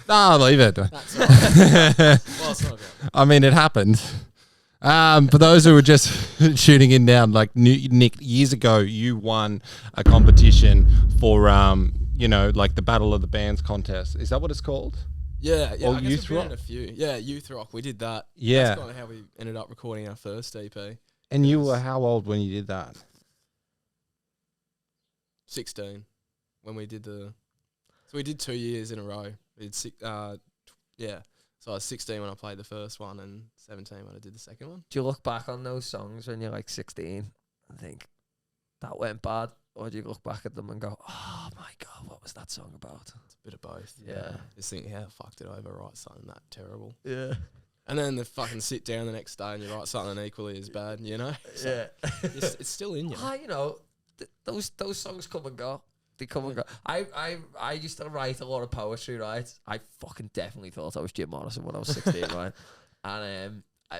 Speaker 2: ah leave it.
Speaker 5: That's all right. well, it's not about.
Speaker 2: I mean, it happened. Um, for those who were just shooting in down, like New- Nick, years ago, you won a competition for, um, you know, like the Battle of the Bands contest. Is that what it's called?
Speaker 5: Yeah, yeah.
Speaker 2: Or
Speaker 5: I guess
Speaker 2: youth
Speaker 5: we've been in
Speaker 2: rock.
Speaker 5: a few. Yeah, youth rock. We did that.
Speaker 2: Yeah.
Speaker 5: That's kind of how we ended up recording our first E EP.
Speaker 2: And you were how old when you did that?
Speaker 5: 16 when we did the so we did two years in a row we did six uh tw- yeah so i was 16 when i played the first one and 17 when i did the second one
Speaker 3: Do you look back on those songs when you're like 16 and think that went bad, or do you look back at them and go, "Oh my god, what was that song about?"
Speaker 5: it's a bit of both
Speaker 3: Yeah.
Speaker 5: just think how the fuck did i ever write something that terrible
Speaker 3: Yeah.
Speaker 5: and then the fucking sit down the next day and you write something equally as bad you know So
Speaker 3: yeah.
Speaker 5: it's, it's still in you
Speaker 3: Ah, you know, th- those those songs come and go. They come and go. I, I I used to write a lot of poetry, right? I fucking definitely thought I was Jim Morrison when I was 16, right? And um, I,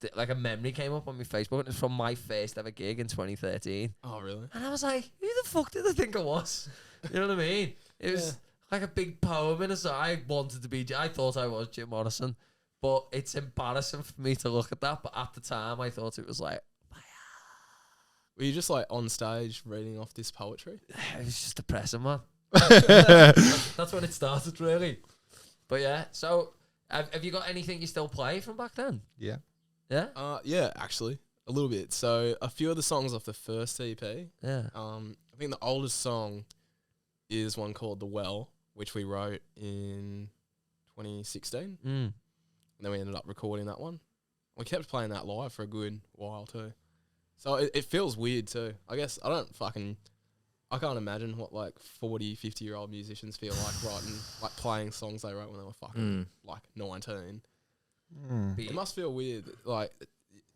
Speaker 3: th- like a memory came up on my Facebook, and it's from my first ever gig in 2013.
Speaker 5: oh really
Speaker 3: And I was like, who the fuck did I think I was? You know what I mean? It was
Speaker 5: Yeah.
Speaker 3: like a big poem in a song. I wanted to be, J- I thought I was Jim Morrison, but it's embarrassing for me to look at that. But at the time, I thought it was like,
Speaker 5: were you just like on stage reading off this poetry
Speaker 3: it was just depressing, man. that's, that's when it started, really. But yeah, so have, have you got anything you still play from back then?
Speaker 2: Yeah.
Speaker 3: Yeah,
Speaker 5: uh yeah actually a little bit so a few of the songs off the first ep
Speaker 3: yeah.
Speaker 5: Um, I think the oldest song is one called "The Well," which we wrote in 2016, and
Speaker 3: Mm.
Speaker 5: then we ended up recording that one. We kept playing that live for a good while too, so it, it feels weird too. I guess I don't fucking, I can't imagine what like 40, 50 year old musicians feel like writing, like playing songs they wrote when they were fucking
Speaker 4: Mm.
Speaker 5: like 19.
Speaker 3: Be-
Speaker 5: It must feel weird, like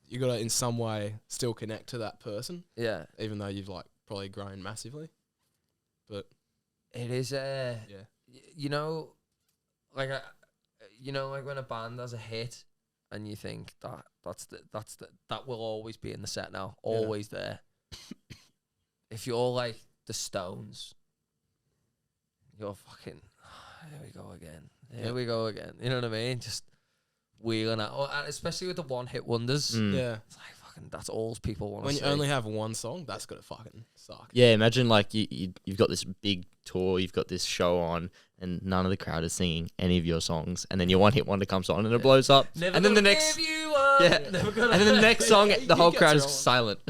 Speaker 5: you gotta in some way still connect to that person,
Speaker 3: yeah,
Speaker 5: even though you've like probably grown massively. But
Speaker 3: it is. Uh,
Speaker 5: yeah.
Speaker 3: y- you know, like I, you know, like when a band has a hit, and you think that that's the that's the that will always be in the set now,
Speaker 5: Yeah.
Speaker 3: always there. if you're like the Stones, you're fucking. Here we go again. Here
Speaker 5: Yeah.
Speaker 3: we go again. You know what I mean? Just wheeling out, oh, and especially with the one hit wonders.
Speaker 4: Mm.
Speaker 5: Yeah.
Speaker 3: It's like fucking. That's all people want to
Speaker 5: When
Speaker 3: Hmm. see.
Speaker 5: you only have one song, that's gonna fucking suck.
Speaker 4: Yeah, imagine like you, you you've got this big tour, you've got this show on, and none of the crowd is singing any of your songs, and then your one hit wonder comes on and it blows up,
Speaker 3: Never
Speaker 4: and then the
Speaker 3: gonna
Speaker 4: next
Speaker 3: give you up.
Speaker 4: yeah,
Speaker 3: Never gonna
Speaker 4: and then the next song,
Speaker 5: Yeah, he
Speaker 4: the whole
Speaker 5: gets
Speaker 4: crowd
Speaker 5: it
Speaker 4: is
Speaker 5: all.
Speaker 4: silent.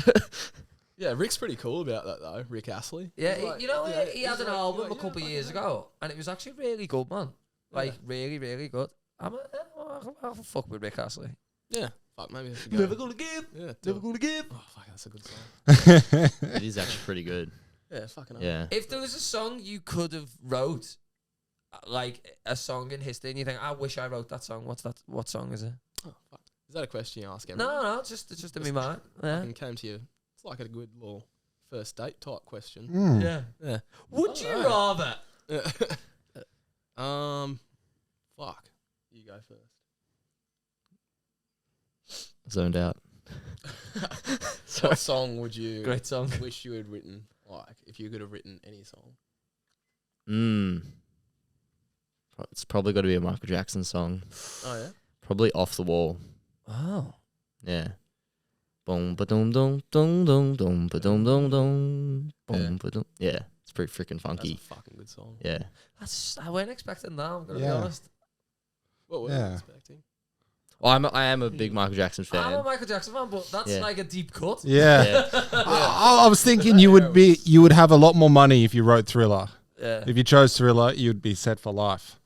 Speaker 5: Yeah, Rick's pretty cool about that though. Rick Astley.
Speaker 3: Yeah,
Speaker 5: He's like-
Speaker 3: you know,
Speaker 5: yeah,
Speaker 3: he, he
Speaker 5: he's
Speaker 3: had an
Speaker 5: like-
Speaker 3: album
Speaker 5: like,
Speaker 3: a
Speaker 5: yeah,
Speaker 3: couple of
Speaker 5: fucking
Speaker 3: years
Speaker 5: hell.
Speaker 3: ago, and it was actually really good, man. Like really, really good. I'm a, I'm a, I'm a fuck with Rick Astley.
Speaker 5: Yeah. Fuck, maybe. I should go.
Speaker 3: Never gonna give,
Speaker 5: Yeah. do
Speaker 3: never
Speaker 5: it.
Speaker 3: gonna give.
Speaker 5: Oh fuck, that's a good song.
Speaker 4: it is actually pretty good.
Speaker 5: Yeah, fucking. Yeah.
Speaker 4: Yeah,
Speaker 3: If there was a song you could have wrote, uh, like a song in history, and you think, I wish I wrote that song. What's that? What song is it?
Speaker 5: Oh fuck. Is that a question you ask him?
Speaker 3: No, no, it's just it's just in my mind. Yeah.
Speaker 5: Fucking came to you. It's like a good little first date type question.
Speaker 2: Mm.
Speaker 5: Yeah. Yeah.
Speaker 3: Would you rather? Mm.
Speaker 5: um, fuck. You go first.
Speaker 4: Zoned out. Sorry.
Speaker 5: What song would you
Speaker 3: Great song.
Speaker 5: wish you had written? Like, if you could have written any song.
Speaker 4: Mm. Pro- It's probably got to be a Michael Jackson song.
Speaker 5: Oh yeah.
Speaker 4: Probably off the wall.
Speaker 3: Oh.
Speaker 4: Yeah. Boom, ba dum dum dum dum dum ba dum dum dum. Boom, ba dum. Yeah, it's pretty freaking
Speaker 5: That's a
Speaker 4: funky.
Speaker 5: fucking good song.
Speaker 4: Yeah.
Speaker 3: That's I weren't expecting that. I'm gonna
Speaker 2: Yeah.
Speaker 3: be honest.
Speaker 5: What were
Speaker 2: Yeah.
Speaker 5: you expecting?
Speaker 4: Well, I'm a, I am a big Michael Jackson
Speaker 3: I'm a
Speaker 4: fan.
Speaker 3: Michael Jackson fan, but that's
Speaker 4: Yeah.
Speaker 3: like a deep cut.
Speaker 2: Yeah.
Speaker 4: Yeah.
Speaker 2: I, I was thinking you would be you would have a lot more money if you wrote Thriller.
Speaker 3: Yeah.
Speaker 2: If you chose Thriller, you'd be set for life.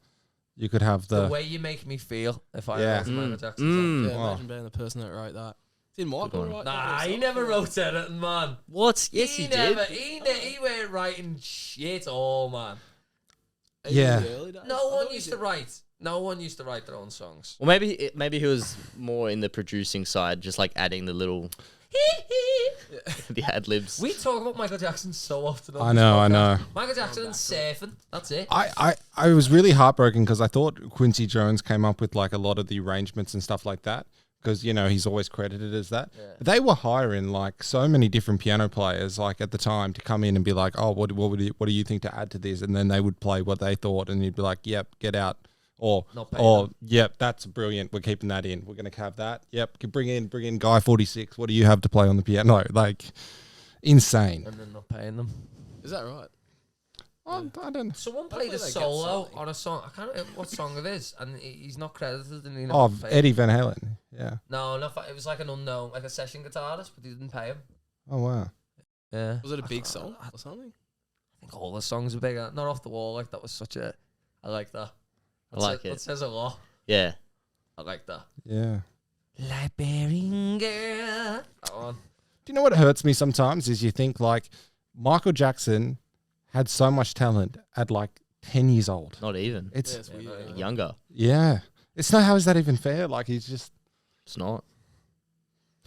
Speaker 2: You could have
Speaker 3: The
Speaker 2: the,
Speaker 3: way you make me feel if I
Speaker 2: Yeah.
Speaker 3: yeah. Michael
Speaker 4: Mm.
Speaker 3: Jackson song.
Speaker 4: Mm.
Speaker 5: Yeah,
Speaker 2: Wow.
Speaker 5: imagine being the person that wrote that. Did Michael
Speaker 4: one.
Speaker 5: write
Speaker 3: Nah,
Speaker 5: that?
Speaker 3: he never wrote anything, man.
Speaker 4: What? Yes, he, did.
Speaker 3: never. Mm. He, ne- he weren't writing shit all, man.
Speaker 2: Yeah.
Speaker 3: No one used to write. No one used to write their own songs.
Speaker 4: Well, maybe he- maybe he was more in the producing side, just like adding the little the ad libs.
Speaker 3: we talk about Michael Jackson so often. on
Speaker 2: I
Speaker 3: this
Speaker 2: know, I
Speaker 3: podcast.
Speaker 2: know.
Speaker 3: Michael Jackson and surfing. That's it.
Speaker 2: I, I, I was really heartbroken because I thought Quincy Jones came up with like a lot of the arrangements and stuff like that because you know he's always credited as that. They were hiring like so many different piano players like at the time to come in and be like, oh, what what would you, what do you think to add to this? And then they would play what they thought, and you'd be like, yep, get out. Or,
Speaker 3: Not paying
Speaker 2: or yep, that's brilliant. We're keeping that in. We're gonna have that. Yep, c- bring in, bring in Guy Forty Six. What do you have to play on the piano? Like, insane.
Speaker 3: And then not paying them.
Speaker 5: Is that right?
Speaker 2: I, I don't. know.
Speaker 3: Someone played
Speaker 5: Hopefully
Speaker 3: a
Speaker 5: they get
Speaker 3: solo
Speaker 5: something.
Speaker 3: on a song. I can't remember what song it is, and he- he's not credited. And he never
Speaker 2: Oh,
Speaker 3: paid.
Speaker 2: Eddie Van Halen. Yeah.
Speaker 3: No, not fa- it was like an unknown, like a session guitarist, but he didn't pay him.
Speaker 2: Oh wow.
Speaker 3: Yeah.
Speaker 5: Was it a
Speaker 3: I
Speaker 5: big
Speaker 3: can't-
Speaker 5: song
Speaker 3: I
Speaker 5: or something?
Speaker 3: think all the songs are big. uh, Not off the wall. Like that was such a. I like that.
Speaker 4: I like
Speaker 3: That
Speaker 4: it.
Speaker 3: says a lot.
Speaker 4: Yeah.
Speaker 3: I like that.
Speaker 2: Yeah.
Speaker 3: Liberian girl. That one.
Speaker 2: Do you know what hurts me sometimes is you think like Michael Jackson had so much talent at like 10 years old.
Speaker 4: Not even.
Speaker 5: Yeah,
Speaker 2: It's
Speaker 5: it's weird.
Speaker 3: no,
Speaker 5: eh?
Speaker 4: Younger.
Speaker 2: yeah. It's not how is that even fair? Like he's just
Speaker 4: It's not.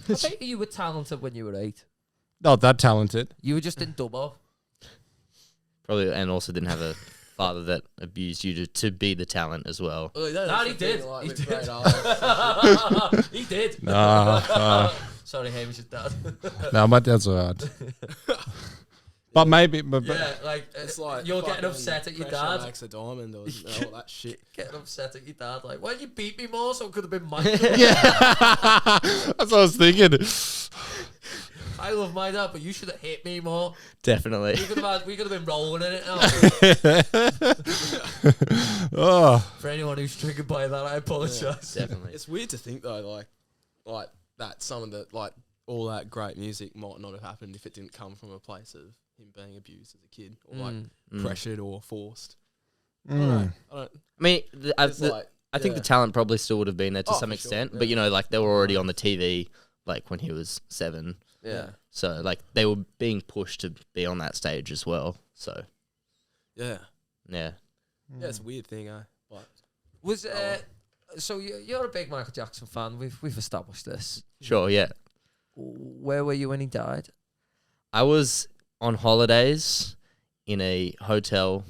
Speaker 3: I bet you were talented when you were eight.
Speaker 2: not that talented.
Speaker 3: You were just in double.
Speaker 4: Probably, and also didn't have a father that abused you to, to be the talent as well.
Speaker 5: Well, that's
Speaker 3: Nah,
Speaker 5: the
Speaker 3: he
Speaker 5: thing,
Speaker 3: did.
Speaker 5: like,
Speaker 3: He
Speaker 5: with
Speaker 3: did.
Speaker 5: great artists.
Speaker 3: he did.
Speaker 2: Nah, uh.
Speaker 3: Sorry, Hamish's dad.
Speaker 2: No, my dad's alright. but maybe but, but
Speaker 3: yeah, like, uh,
Speaker 5: It's like
Speaker 3: you're getting
Speaker 5: fucking
Speaker 3: upset at your
Speaker 5: Pressure
Speaker 3: dad.
Speaker 5: Makes a diamond or all that shit.
Speaker 3: Getting upset at your dad, like, well, you beat me more, so it could have been mine.
Speaker 2: that's what I was thinking.
Speaker 3: I love my dad, but you should have hit me more.
Speaker 4: Definitely.
Speaker 3: We could have had, we could have been rolling in it. Now.
Speaker 2: Oh
Speaker 3: For anyone who's triggered by that, I apologise.
Speaker 4: Definitely.
Speaker 5: It's weird to think though, like, like that some of the like all that great music might not have happened if it didn't come from a place of him being abused as a kid or like
Speaker 3: Mm.
Speaker 4: Mm.
Speaker 5: pressured or forced. I don't
Speaker 2: Mm.
Speaker 5: know. I don't.
Speaker 4: I mean, the, I,
Speaker 5: It's
Speaker 4: the-
Speaker 5: like,
Speaker 4: I think
Speaker 5: yeah.
Speaker 4: the talent probably still would have been there to
Speaker 5: Oh,
Speaker 4: some
Speaker 5: for sure,
Speaker 4: extent,
Speaker 5: yeah.
Speaker 4: but you know, like they were already on the TV, like when he was seven.
Speaker 5: Yeah.
Speaker 4: So like they were being pushed to be on that stage as well. So
Speaker 5: Yeah.
Speaker 4: yeah,
Speaker 5: Yeah. It's a weird thing, eh? But
Speaker 3: Was uh, so you, you're a big Michael Jackson fan. We've we've established this.
Speaker 4: sure, yeah.
Speaker 3: Where were you when he died?
Speaker 4: I was on holidays in a hotel,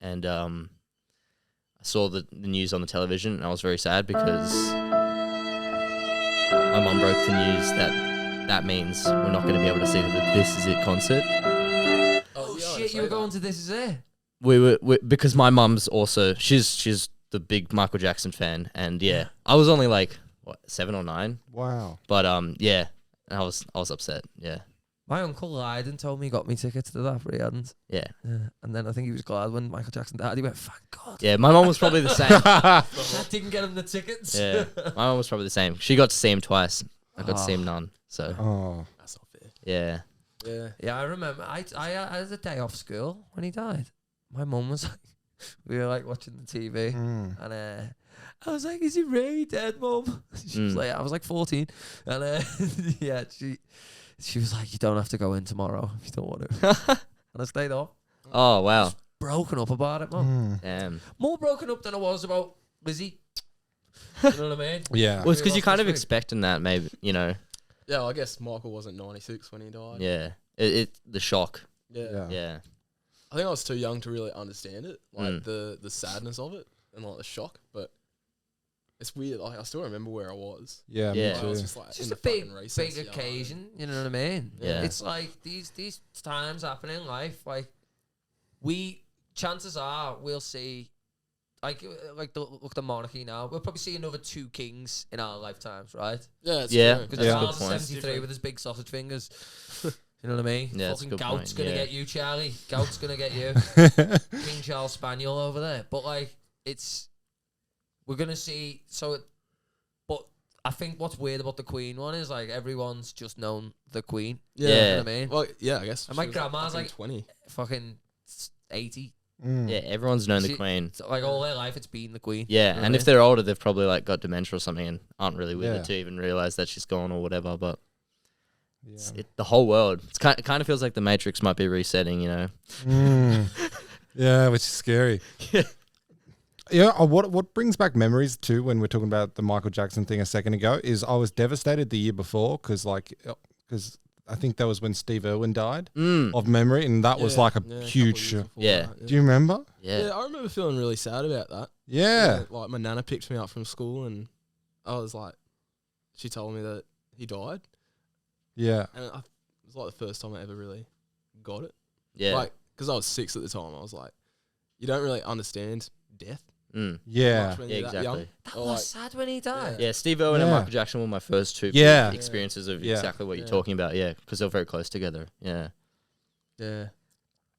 Speaker 4: and um, I saw the, the news on the television, and I was very sad because my mum broke the news that that means we're not going to be able to see the This Is It concert.
Speaker 3: Oh,
Speaker 5: yeah, I'd
Speaker 3: shit! You were
Speaker 5: say
Speaker 3: going
Speaker 5: that.
Speaker 3: to this is it.
Speaker 4: we were we, because my mum's also she's she's the big Michael Jackson fan, and yeah, I was only like what seven or nine,
Speaker 2: wow.
Speaker 4: but um, yeah, and I was I was upset, yeah,
Speaker 3: My uncle lied and told me he got me tickets to that, but he hadn't.
Speaker 4: yeah,
Speaker 3: Yeah. Uh, And then I think he was glad when Michael Jackson died. He went, "Thank God,
Speaker 4: yeah. My mum was probably the same.
Speaker 2: Oh.
Speaker 3: I didn't get him the tickets."
Speaker 4: yeah, my mum was probably the same. She got to see him twice. I got to see
Speaker 3: Ah.
Speaker 4: him none. So
Speaker 2: Oh.
Speaker 5: that's not fair.
Speaker 4: yeah,
Speaker 5: Yeah.
Speaker 3: Yeah, I remember. I, I I had a day off school when he died. My mum was like, we were like watching the TV,
Speaker 2: Mm.
Speaker 3: and uh, I was like, "Is he really dead, mum?" She was
Speaker 4: Mm.
Speaker 3: like, "I was like 14," and uh, yeah, she she was like, "You don't have to go in tomorrow if you don't want to." and I stayed up,
Speaker 4: oh wow,
Speaker 3: broken up about it, mum.
Speaker 2: Mm.
Speaker 4: damn.
Speaker 3: More broken up than I was about Lizzie. you know what I mean?
Speaker 2: Yeah.
Speaker 4: Well, it's
Speaker 3: We
Speaker 4: because you're
Speaker 3: lost
Speaker 4: kind
Speaker 3: this
Speaker 4: of
Speaker 3: week.
Speaker 4: expecting that, maybe you know,
Speaker 5: Yeah. Well, I guess Michael wasn't 96 when he died.
Speaker 4: yeah. It, it the shock.
Speaker 5: Yeah.
Speaker 4: Yeah.
Speaker 5: I think I was too young to really understand it, like
Speaker 4: Mm.
Speaker 5: the the sadness of it and like the shock. But it's weird. Like I still remember where I was.
Speaker 2: Yeah, me
Speaker 4: Yeah.
Speaker 5: Like, I was
Speaker 2: too.
Speaker 5: just like
Speaker 3: It's
Speaker 5: in
Speaker 3: just
Speaker 5: the
Speaker 3: a big,
Speaker 5: fucking
Speaker 3: big
Speaker 5: recess yard.
Speaker 3: occasion. You know what I mean?
Speaker 4: Yeah.
Speaker 3: It's like these these times happen in life. Like we, chances are, we'll see. Like uh, like the look at the monarchy now. We'll probably see another two kings in our lifetimes, right?
Speaker 5: Yeah, it's
Speaker 4: Yeah.
Speaker 5: true.
Speaker 3: Because
Speaker 4: That's a good
Speaker 3: Charles
Speaker 4: point.
Speaker 3: seventy three with his big sausage fingers. You know what I mean?
Speaker 4: Yeah, that's a
Speaker 3: Fucking
Speaker 4: good
Speaker 3: gout's
Speaker 4: point,
Speaker 3: gonna
Speaker 4: yeah.
Speaker 3: get you, Charlie. Gout's gonna get you. King Charles Spaniel over there. But like, it's we're gonna see. So, it, but I think what's weird about the Queen one is like everyone's just known the Queen. You
Speaker 4: Yeah.
Speaker 3: know what I mean?
Speaker 5: Well, yeah, I guess.
Speaker 3: And
Speaker 5: she
Speaker 3: my
Speaker 5: was,
Speaker 3: grandma's
Speaker 5: fucking
Speaker 3: like-
Speaker 5: twenty.
Speaker 3: Fucking s- eighty.
Speaker 2: Mm.
Speaker 4: Yeah. Everyone's known
Speaker 3: She-
Speaker 4: the Queen.
Speaker 3: So, like all their life, it's been the Queen.
Speaker 4: Yeah,
Speaker 3: know what
Speaker 4: and
Speaker 3: I
Speaker 4: if they're older, they've probably like got dementia or something and aren't really with
Speaker 2: Yeah.
Speaker 4: it to even realize that she's gone or whatever. But it's,
Speaker 2: Yeah.
Speaker 4: it, the whole world, it's kind, it kind of feels like the Matrix might be resetting. You know,
Speaker 2: Mm. yeah, which is scary.
Speaker 4: Yeah.
Speaker 2: Yeah, uh, what what brings back memories too when we're talking about the Michael Jackson thing a second ago is I was devastated the year before because like because I think that was when Steve Irwin died
Speaker 4: mm.
Speaker 2: of memory and that was
Speaker 5: Yeah,
Speaker 2: like a
Speaker 5: yeah, couple
Speaker 2: huge.
Speaker 5: years
Speaker 2: shock.
Speaker 5: before
Speaker 4: Yeah.
Speaker 5: that,
Speaker 2: Do you remember?
Speaker 4: yeah,
Speaker 5: yeah. I remember feeling really sad about that.
Speaker 2: Yeah,
Speaker 5: Like my nana picked me up from school and I was like, she told me that he died,
Speaker 2: yeah,
Speaker 5: and I, it was like the first time I ever really got it.
Speaker 4: yeah,
Speaker 5: Like, because I was six at the time, I was like, you don't really understand death.
Speaker 4: mm.
Speaker 2: yeah,
Speaker 5: much when
Speaker 4: yeah,
Speaker 5: you're that young.
Speaker 4: exactly.
Speaker 3: That
Speaker 5: Oh,
Speaker 3: was sad when he died.
Speaker 4: Yeah, Steve Irwin and
Speaker 2: Yeah.
Speaker 4: Michael Jackson were my first two
Speaker 2: Yeah.
Speaker 4: experiences of
Speaker 2: Yeah.
Speaker 4: exactly what you're
Speaker 5: Yeah.
Speaker 4: talking about. Yeah, because they're very close together. Yeah,
Speaker 5: Yeah.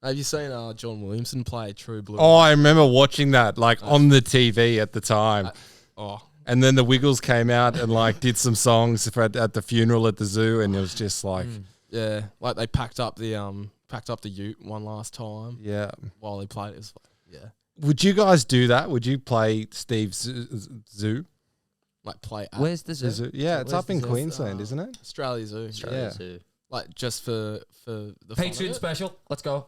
Speaker 5: Have you seen uh, John Williamson play True Blue?
Speaker 2: Oh, I remember watching that like on the TV at the time.
Speaker 5: Oh,
Speaker 2: And then the Wiggles came out and like did some songs for at, at the funeral at the zoo, and it was just like,
Speaker 5: Mm. yeah. Like they packed up the um packed up the Ute one last time
Speaker 2: yeah.
Speaker 5: while they played. It was like, yeah,
Speaker 2: Would you guys do that? Would you play Steve's zoo? zoo?
Speaker 5: like play at
Speaker 3: Where's the zoo?
Speaker 2: The zoo? Oh. Yeah, it's
Speaker 5: where's
Speaker 2: up in
Speaker 5: the zoo?
Speaker 2: Queensland,
Speaker 5: Uh,
Speaker 2: isn't it?
Speaker 5: Australia Zoo.
Speaker 4: Australia
Speaker 2: Yeah.
Speaker 4: too.
Speaker 5: Like just for for the fun of
Speaker 3: Patreon
Speaker 5: it.
Speaker 3: special. Let's go.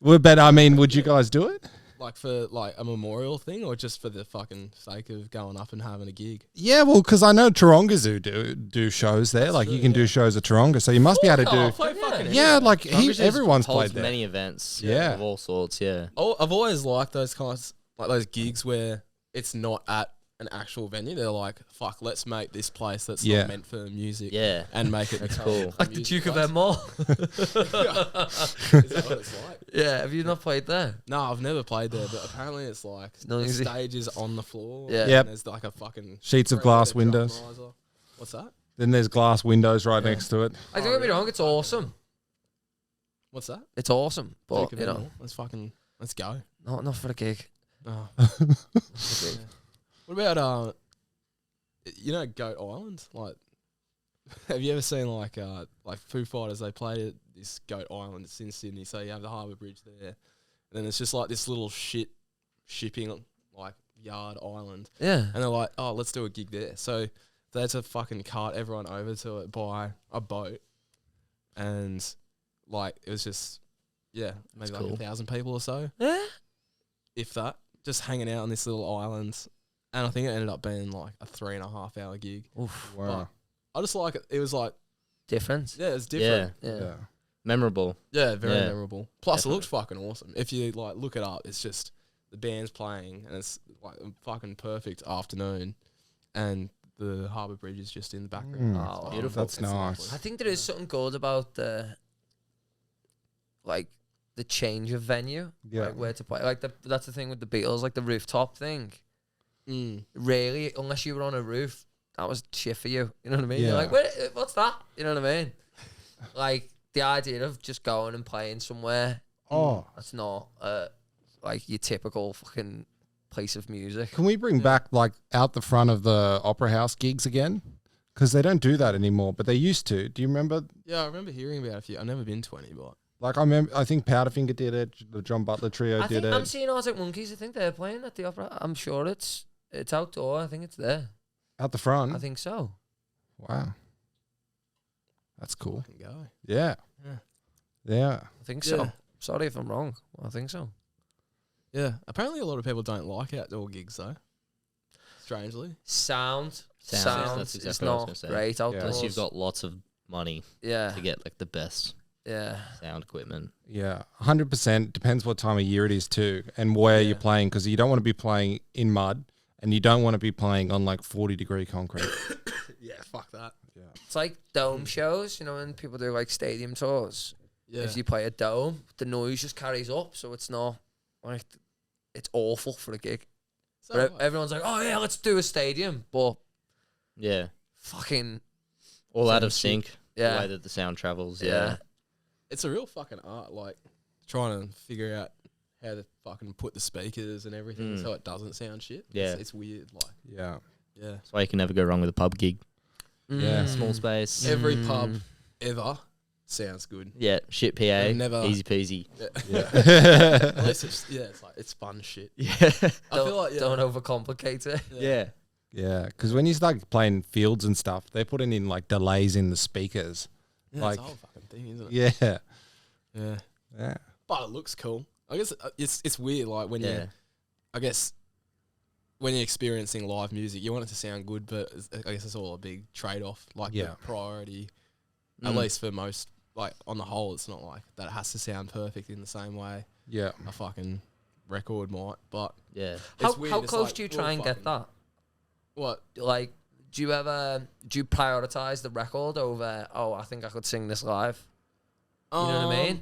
Speaker 2: Well, but I mean, would you guys do it?
Speaker 5: like for like a memorial thing, or just for the fucking sake of going up and having a gig.
Speaker 2: Yeah, well, because I know Taronga Zoo do do shows there. like you
Speaker 5: true,
Speaker 2: can do
Speaker 5: yeah.
Speaker 2: shows at Taronga, so you must be able to do.
Speaker 5: play fucking
Speaker 2: Yeah, like
Speaker 4: Rugby
Speaker 2: he,
Speaker 4: just
Speaker 2: everyone's
Speaker 4: holds
Speaker 2: played there.
Speaker 4: many events.
Speaker 2: Yeah.
Speaker 4: of all sorts. Yeah,
Speaker 5: Oh, I've always liked those kinds, like those gigs where it's not at an actual venue. They're like, fuck, let's make this place that's
Speaker 2: Yeah.
Speaker 5: not meant for music.
Speaker 4: yeah.
Speaker 5: And make it
Speaker 4: That's
Speaker 5: become
Speaker 4: cool.
Speaker 5: a
Speaker 4: Like
Speaker 3: The
Speaker 5: music
Speaker 3: Duke of
Speaker 5: place.
Speaker 3: Enmore.
Speaker 5: Is that what it's like?
Speaker 3: yeah. Have you not played there?
Speaker 5: No, I've never played there, but apparently it's like
Speaker 3: not
Speaker 5: the
Speaker 3: easy.
Speaker 5: stage is on the floor.
Speaker 3: Yeah.
Speaker 5: and
Speaker 2: Yep.
Speaker 5: There's like a fucking
Speaker 2: Sheets of
Speaker 5: three-meter
Speaker 2: glass
Speaker 5: drum
Speaker 2: windows.
Speaker 5: riser. What's that?
Speaker 2: Then there's glass windows right next to it.
Speaker 3: I don't get me wrong. It's awesome.
Speaker 5: What's that?
Speaker 3: It's awesome. But
Speaker 5: Duke of
Speaker 3: you know,
Speaker 5: Enmore. let's fucking let's go.
Speaker 3: not not for a gig.
Speaker 5: Oh.
Speaker 3: For a gig.
Speaker 5: What about uh, you know, Goat Island? Like, have you ever seen like uh, like Foo Fighters? They played at this Goat Island. It's in Sydney, so you have the Harbour Bridge there, and then it's just like this little shit shipping like yard island,
Speaker 3: Yeah.
Speaker 5: and they're like, oh, let's do a gig there. So they had to fucking cart everyone over to it by a boat, and like it was just yeah, maybe like
Speaker 4: cool.
Speaker 5: a thousand people or so
Speaker 3: Yeah.
Speaker 5: if that, just hanging out on this little island. And I think it ended up being like a three and a half hour gig.
Speaker 3: Oof.
Speaker 2: Wow.
Speaker 5: I just like it. It was like,
Speaker 3: Difference.
Speaker 5: yeah, it's
Speaker 4: Yeah,
Speaker 5: different.
Speaker 3: Yeah.
Speaker 2: Yeah.
Speaker 4: memorable.
Speaker 5: Yeah, very
Speaker 4: Yeah.
Speaker 5: memorable. Plus, it looks fucking awesome. If you like look it up, it's just the band's playing and it's like a fucking perfect afternoon. And the Harbour Bridge is just in the background.
Speaker 2: Mm.
Speaker 5: It's
Speaker 3: Oh,
Speaker 5: like-
Speaker 4: Beautiful.
Speaker 2: That's
Speaker 5: it's lovely.
Speaker 2: nice.
Speaker 3: I think there is something good about the like the change of venue,
Speaker 2: Yeah.
Speaker 3: like where to play. Like the, that's the thing with the Beatles, like the rooftop thing.
Speaker 5: Mm.
Speaker 3: Really, unless you were on a roof, that was shit for you. You know what I mean? You're
Speaker 2: Yeah.
Speaker 3: like, Where, what's that? You know what I mean? like the idea of just going and playing somewhere
Speaker 2: Oh,
Speaker 3: that's not uh, like your typical fucking place of music.
Speaker 2: can we bring back like out the front of the opera house gigs again? Because they don't do that anymore, but they used to. Do you remember?
Speaker 5: Yeah, I remember hearing about a few. I've never been to any, but
Speaker 2: Like I remember, I think Powderfinger did it. The John Butler Trio
Speaker 3: I
Speaker 2: did
Speaker 3: think
Speaker 2: it.
Speaker 3: I'm seeing Arctic Monkeys. I think they're playing at the opera. I'm sure it's it's outdoor. I think it's there.
Speaker 2: Out the front.
Speaker 5: Hmm?
Speaker 3: I think so.
Speaker 2: wow. That's cool.
Speaker 5: fucking go.
Speaker 2: Yeah.
Speaker 5: Yeah.
Speaker 2: Yeah.
Speaker 3: I think
Speaker 5: Yeah.
Speaker 3: so. Sorry if I'm wrong. I think so.
Speaker 5: Yeah. Apparently, a lot of people don't like outdoor gigs, though. Strangely.
Speaker 3: Sound,
Speaker 4: Sound,
Speaker 3: sound,
Speaker 4: that's
Speaker 3: is
Speaker 4: exactly what I was
Speaker 3: not
Speaker 4: gonna say.
Speaker 3: great outdoors.
Speaker 4: Unless you've got lots of money
Speaker 3: Yeah.
Speaker 4: to get like the best
Speaker 3: Yeah.
Speaker 4: sound equipment.
Speaker 2: Yeah, hundred percent. Depends what time of year it is too, and where you're playing, because you don't want to be playing in mud, and you don't want to be playing on like forty degree concrete.
Speaker 5: Yeah, fuck that.
Speaker 3: It's like dome shows, you know, when people do like stadium tours.
Speaker 5: Hmm. Yeah.
Speaker 3: If you play a dome, the noise just carries up, so it's not like it's awful for the gig.
Speaker 5: So
Speaker 3: But
Speaker 5: what?
Speaker 3: everyone's like, "Oh yeah, let's do a stadium," but
Speaker 4: Yeah,
Speaker 3: fucking
Speaker 4: all out of
Speaker 5: Sound
Speaker 4: sync. The
Speaker 3: yeah,
Speaker 4: way that the sound travels.
Speaker 3: yeah,
Speaker 4: Yeah.
Speaker 5: it's a real fucking art, like trying to figure out how to fucking put the speakers and everything
Speaker 4: Mm.
Speaker 5: so it doesn't sound shit.
Speaker 4: Yeah.
Speaker 5: It's, it's weird, like
Speaker 2: yeah,
Speaker 5: yeah.
Speaker 4: That's why you can never go wrong with a pub gig. Mm.
Speaker 2: Yeah.
Speaker 4: Small space. Mm.
Speaker 5: Yeah. Every pub.
Speaker 3: Mm.
Speaker 5: Ever sounds good.
Speaker 4: Yeah, shit PA.
Speaker 5: I've never-
Speaker 4: Easy peasy.
Speaker 5: At least it's yeah, it's like it's fun shit.
Speaker 4: Yeah.
Speaker 5: I
Speaker 3: Don't,
Speaker 5: feel like yeah,
Speaker 3: don't overcomplicate it.
Speaker 4: yeah.
Speaker 2: yeah. Because when you start playing fields and stuff, they're putting in like delays in the speakers.
Speaker 5: yeah,
Speaker 2: like-
Speaker 5: it's a whole fucking thing, isn't it?
Speaker 2: Yeah,
Speaker 5: yeah.
Speaker 2: yeah,
Speaker 5: But it looks cool. I guess uh, it's it's weird, like when
Speaker 4: Yeah.
Speaker 5: you, I guess, when you're experiencing live music, you want it to sound good, but it's- I guess it's all a big trade off. Like
Speaker 2: Yeah.
Speaker 5: the priority, at
Speaker 4: Mm.
Speaker 5: least for most, like on the whole, it's not like that. It has to sound perfect in the same way
Speaker 2: yeah.
Speaker 5: a fucking record might. But
Speaker 4: Mm. Yeah.
Speaker 5: it's
Speaker 3: How,
Speaker 5: weird,
Speaker 3: how
Speaker 5: it's
Speaker 3: close
Speaker 5: like,
Speaker 3: do you
Speaker 5: well,
Speaker 3: try and get
Speaker 5: fucking-
Speaker 3: that?
Speaker 5: What?
Speaker 3: Like, do you ever do you prioritize the record over? Oh, I think I could sing this live. You know what I
Speaker 5: Um,
Speaker 3: mean?
Speaker 5: I guess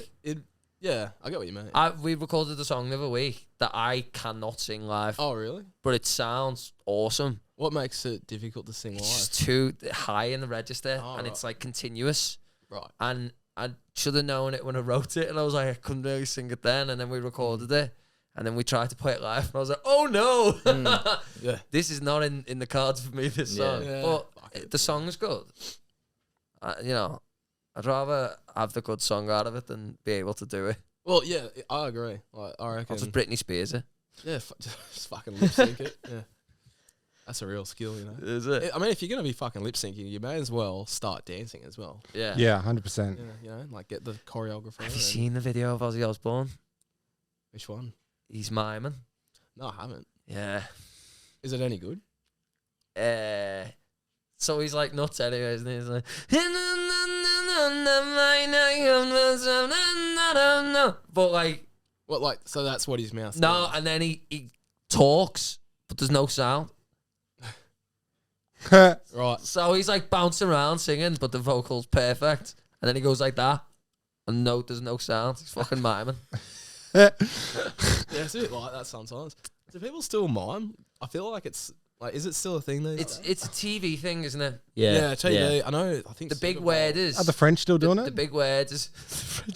Speaker 3: Like,
Speaker 5: it. Yeah, I get what you mean.
Speaker 3: I, we recorded the song the other week that I cannot sing live,
Speaker 5: oh, really?
Speaker 3: but it sounds awesome.
Speaker 5: What makes it difficult to sing
Speaker 3: It's
Speaker 5: live?
Speaker 3: just too high in the register,
Speaker 5: Oh,
Speaker 3: and
Speaker 5: right.
Speaker 3: it's like continuous.
Speaker 5: Right.
Speaker 3: And I should have known it when I wrote it, and I was like, I couldn't really sing it then. And then we recorded
Speaker 5: Hmm.
Speaker 3: it, and then we tried to play it live, and I was like, Oh no,
Speaker 5: Yeah.
Speaker 3: this is not in, in the cards for me. This
Speaker 4: Yeah.
Speaker 3: song,
Speaker 5: Hmm. Yeah.
Speaker 3: but
Speaker 5: Fuck
Speaker 3: it-
Speaker 5: it.
Speaker 3: the song's good. Uh, you know, I'd rather have the good song out of it than be able to do it.
Speaker 5: Well, yeah, I agree. Like, I reckon.
Speaker 3: I'll just Britney Spears eh? it.
Speaker 5: Yeah, f- just fucking lip sync it. Yeah, that's a real skill, you know.
Speaker 3: Is it?
Speaker 5: I- I mean, if you're gonna be fucking lip syncing, you may as well start dancing as well.
Speaker 3: Yeah.
Speaker 2: Yeah, hundred percent.
Speaker 5: Yeah, you know, like get the choreographer.
Speaker 3: Mm. Have you
Speaker 5: and-
Speaker 3: seen the video of Ozzy Osbourne?
Speaker 5: which one?
Speaker 3: He's miming.
Speaker 5: No, I haven't.
Speaker 3: Yeah.
Speaker 5: Is it any good?
Speaker 3: Uh, so he's like nuts anyway, isn't he? He's like, but like,
Speaker 5: What like? So that's what his mouth.
Speaker 3: no, and then he, he talks, but there's no sound.
Speaker 5: does. Right.
Speaker 3: So he's like bouncing around singing, but the vocal's perfect. And then he goes like that. And no, there's no sound. He's fucking miming.
Speaker 5: Yeah, it's a bit like that sometimes. Do people still mime? I feel like it's like, is it still a thing these
Speaker 3: It's
Speaker 5: days?
Speaker 3: it's a TV thing, isn't it?
Speaker 4: Yeah.
Speaker 5: yeah, TV. I know. I think
Speaker 3: The
Speaker 5: Super
Speaker 3: big
Speaker 5: Bowl-
Speaker 3: word is.
Speaker 2: Are the French still doing
Speaker 3: the, the
Speaker 2: it?
Speaker 3: big word is.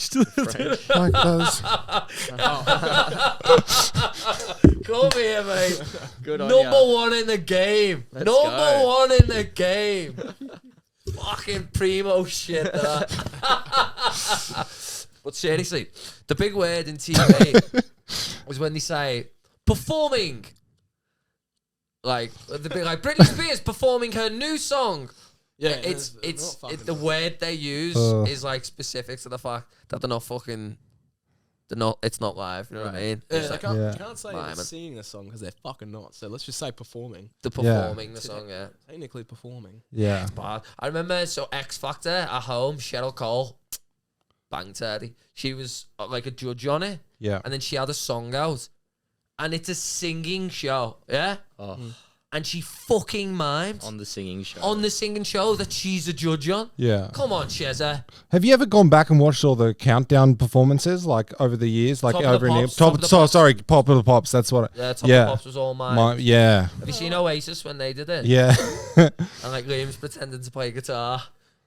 Speaker 2: like those.
Speaker 3: Come here, mate.
Speaker 4: Good
Speaker 3: Number one in the game. Number
Speaker 4: go.
Speaker 3: one in the game. Fucking primo shit. that. but seriously, the big word in TV is when they say performing. Like the big, like Britney Spears performing her new song.
Speaker 5: Yeah,
Speaker 3: It's
Speaker 5: they're
Speaker 3: it's
Speaker 5: not
Speaker 3: it,
Speaker 5: fucking
Speaker 3: the word they use
Speaker 2: Oh.
Speaker 3: is like specific to the fact that they're not fucking. They're not. It's not live. You know what I mean?
Speaker 5: Yeah,
Speaker 3: It's
Speaker 5: they
Speaker 3: like
Speaker 5: can't,
Speaker 2: Yeah.
Speaker 5: you can't say they're
Speaker 3: Miming.
Speaker 5: singing the song because they're fucking not. So let's just say performing.
Speaker 3: the
Speaker 2: Yeah.
Speaker 3: performing the song. Yeah.
Speaker 5: Technically performing.
Speaker 2: Yeah,
Speaker 3: bad. I remember so X Factor at home, Cheryl Cole, bang Teddy. She was uh, like a judge on it,
Speaker 2: yeah,
Speaker 3: and then she had a song out, and it's a singing show, yeah.
Speaker 4: Oh,
Speaker 3: And she fucking mimed on,
Speaker 4: On the singing show.
Speaker 3: the singing show that she's a judge on.
Speaker 2: yeah.
Speaker 3: Come on, Chezza.
Speaker 2: Have you ever gone back and watched all the countdown performances, like over the years, like
Speaker 3: Top of the
Speaker 2: over in
Speaker 3: Pops,
Speaker 2: the top?
Speaker 3: Top of the
Speaker 2: so,
Speaker 3: Pops.
Speaker 2: sorry, pop of the pops. That's what.
Speaker 3: Yeah, Top
Speaker 2: Yeah.
Speaker 3: of Pops was all mine.
Speaker 2: my, yeah,
Speaker 3: Have you seen Oasis when they did it?
Speaker 2: yeah,
Speaker 3: And like Liam's pretending to play guitar.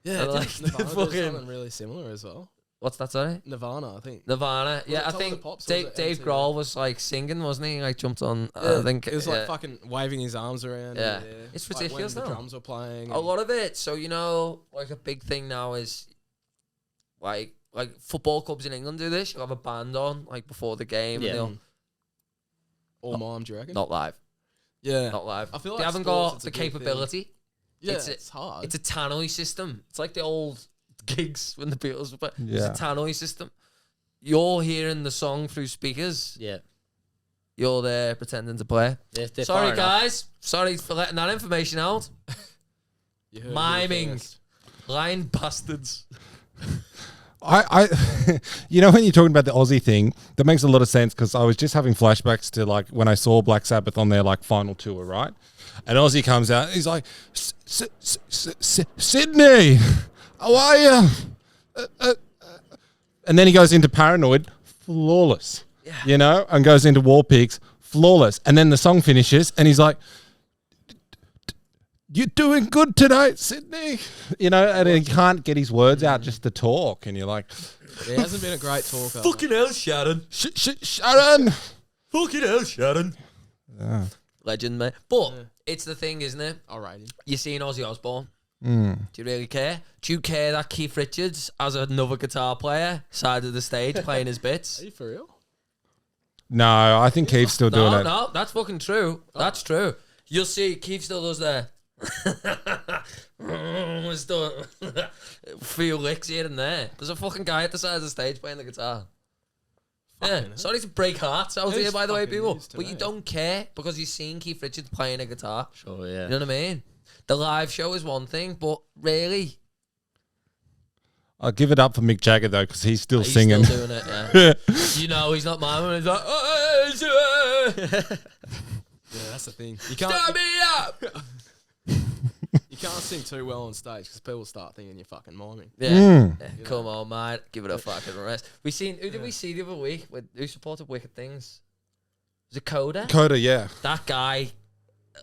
Speaker 5: Yeah,
Speaker 3: like
Speaker 5: didn't
Speaker 3: the
Speaker 5: Nirvana do
Speaker 3: fucking-
Speaker 5: something really similar as well.
Speaker 3: What's that, sorry?
Speaker 5: Nirvana, I think.
Speaker 3: Nirvana.
Speaker 5: it
Speaker 3: Yeah, I
Speaker 5: Top of the
Speaker 3: think
Speaker 5: Pops or was
Speaker 3: Dave,
Speaker 5: it
Speaker 3: Dave
Speaker 5: MTV?
Speaker 3: Grohl was like singing, wasn't he? Like jumped on. uh, I think
Speaker 5: it was like
Speaker 3: yeah.
Speaker 5: fucking waving his arms around. in
Speaker 3: Yeah.
Speaker 5: the air.
Speaker 3: It's
Speaker 5: Like,
Speaker 3: ridiculous
Speaker 5: when
Speaker 3: now.
Speaker 5: The drums were playing.
Speaker 3: a
Speaker 5: and-
Speaker 3: lot of it. So you know, like a big thing now is like like football clubs in England do this. You'll have a band on like before the game.
Speaker 4: Yeah.
Speaker 3: And they'll,
Speaker 5: Mm. Or mime, do you reckon?
Speaker 3: not live,
Speaker 5: yeah.
Speaker 3: not live.
Speaker 5: I feel
Speaker 3: they
Speaker 5: like
Speaker 3: haven't
Speaker 5: sports,
Speaker 3: got
Speaker 5: it's
Speaker 3: the
Speaker 5: a big thing.
Speaker 3: capability.
Speaker 5: yeah,
Speaker 3: it's
Speaker 5: it's,
Speaker 3: a-
Speaker 5: hard.
Speaker 3: It's a tannoy system. It's like the old gigs when the Beatles were playing.
Speaker 2: Yeah.
Speaker 3: It's a tannoy system. You're hearing the song through speakers.
Speaker 4: Yeah.
Speaker 3: You're there pretending to play.
Speaker 4: They're, they're far
Speaker 3: Sorry,
Speaker 4: enough.
Speaker 3: guys. Sorry for letting that information out.
Speaker 5: You heard it here
Speaker 3: miming.
Speaker 5: first.
Speaker 3: Lying bastards.
Speaker 2: I, I, you know, when you're talking about the Aussie thing, that makes a lot of sense because I was just having flashbacks to like when I saw Black Sabbath on their like final tour, right? And Aussie comes out, he's like, "S- S- S- S- S- Sydney, how are you? Uh, uh, uh." And then he goes into Paranoid, flawless, you know, and goes into War Pigs, flawless. And then the song finishes and he's like, you're doing good tonight, Sydney. You know, and he can't get his words out just to talk. And you're like,
Speaker 5: He hasn't been a great talker.
Speaker 3: hell, Sharon.
Speaker 2: sh- sh- Sharon.
Speaker 3: Fucking hell, Sharon.
Speaker 2: Yeah.
Speaker 3: Legend, mate. But it's the thing, isn't it?
Speaker 5: All right.
Speaker 3: You're seeing Ozzy Osbourne. Do you really care? Do you care that Keith Richards as another guitar player, side of the stage, playing his bits?
Speaker 5: Are you for real?
Speaker 2: No, I think Keith's still doing
Speaker 3: No,
Speaker 2: it.
Speaker 3: no, that's fucking true. That's true. You'll see, Keith still does the. He's doing few licks here and there. There's a fucking guy at the side of the stage playing the guitar. Yeah, sorry to break hearts out
Speaker 5: Who's
Speaker 3: here, by the way,
Speaker 5: fucking
Speaker 3: people.
Speaker 5: used to
Speaker 3: But you
Speaker 5: that?
Speaker 3: don't care because you're seeing Keith Richards playing a guitar.
Speaker 4: Sure, yeah.
Speaker 3: You know what I mean? The live show is one thing, but really,
Speaker 2: I'll give it up for Mick Jagger, though, because he's still
Speaker 3: he's
Speaker 2: singing.
Speaker 3: still doing it. Yeah. you know, he's not mine. When he's like, "Oh, sure.
Speaker 5: Yeah, that's the thing. You
Speaker 3: Turn
Speaker 5: can't
Speaker 3: me up.
Speaker 5: you can't sing too well on stage because people start thinking you're fucking miming.
Speaker 3: Yeah.
Speaker 2: Mm.
Speaker 3: Yeah, Come on, man. Give it a fucking rest. We seen who did we see the other week with who supported Wicked Things? Was it Coda?
Speaker 2: Coda, yeah.
Speaker 3: that guy,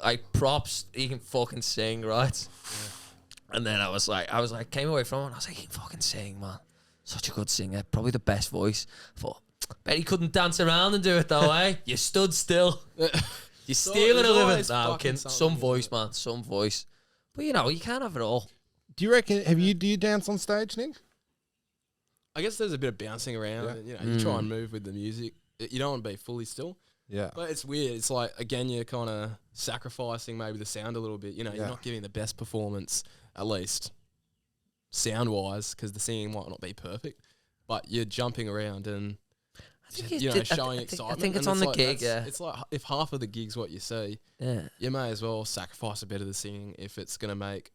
Speaker 3: like props, he can fucking sing, right? And then I was like, I was like, came away from it, and I was like, he can fucking sing, man. Such a good singer, probably the best voice. I thought, bet he couldn't dance around and do it that way. You stood still. You're stealing a
Speaker 5: there's
Speaker 3: living.
Speaker 5: always
Speaker 3: Nah, I'm
Speaker 5: fucking
Speaker 3: kidding.
Speaker 5: something
Speaker 3: Some
Speaker 5: in
Speaker 3: voice,
Speaker 5: it.
Speaker 3: man. Some voice. But you know, you can't have it all.
Speaker 2: Do you reckon, have you, do you dance on stage, Nick?
Speaker 5: I guess there's a bit of bouncing around.
Speaker 2: Yeah.
Speaker 5: And, you know, you try
Speaker 3: Mm.
Speaker 5: and move with the music. Y- You don't want to be fully still,
Speaker 2: Yeah.
Speaker 5: but it's weird. It's like again, you're kind of sacrificing maybe the sound a little bit. You know,
Speaker 2: Yeah.
Speaker 5: you're not giving the best performance, at least sound wise, because the singing might not be perfect. But you're jumping around and
Speaker 3: I think
Speaker 5: you
Speaker 3: it
Speaker 5: know
Speaker 3: did- I thi-
Speaker 5: showing
Speaker 3: I think-
Speaker 5: excitement.
Speaker 3: I think it's
Speaker 5: and
Speaker 3: on the
Speaker 5: like,
Speaker 3: gig.
Speaker 5: that's-
Speaker 3: Yeah.
Speaker 5: it's like h- if half of the gigs what you see,
Speaker 3: yeah.
Speaker 5: you may as well sacrifice a bit of the singing if it's gonna make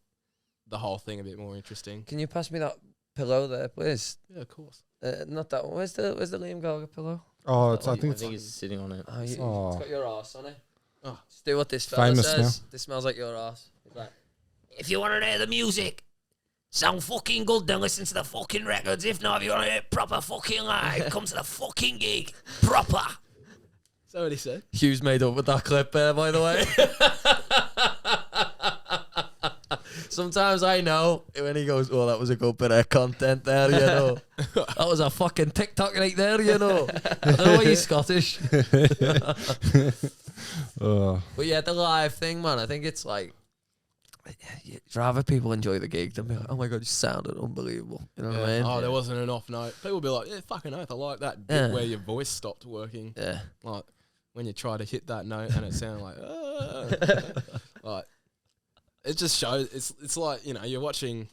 Speaker 5: the whole thing a bit more interesting.
Speaker 3: Can you pass me that pillow there, please?
Speaker 5: Yeah, of course.
Speaker 3: Uh, not that one. Where's the Where's the Liam Gallagher pillow?
Speaker 2: Oh, it's, I
Speaker 4: I
Speaker 2: think
Speaker 4: think
Speaker 2: it's,
Speaker 4: he's sitting on it.
Speaker 3: Oh, you,
Speaker 2: Oh.
Speaker 3: It's got your ass on it.
Speaker 5: Oh.
Speaker 3: Just do what this fella
Speaker 2: Famous
Speaker 3: says. This smells like your ass. He's like, if you want to hear the music, sound fucking good, then listen to the fucking records. If not, if you want to hear it proper fucking live, come to the fucking gig. Proper.
Speaker 5: Is that what he said?
Speaker 3: Hughes made up with that clip there, by the way. Sometimes I know when he goes, "Oh, that was a good bit of content there, you know. that was a fucking TikTok right there, you know." I know he's Scottish.
Speaker 2: oh,
Speaker 3: But yeah, the live thing, man. I think it's like you'd rather people enjoy the gig than be like, "Oh my god, you sounded unbelievable." You know what I mean?
Speaker 5: Oh, there wasn't an off note. People be like, yeah, fucking oath, I like that bit
Speaker 3: Yeah.
Speaker 5: where your voice stopped working.
Speaker 3: yeah.
Speaker 5: Like when you try to hit that note and it sounded like, "Ah." like it just shows. It's it's like you know you're watching.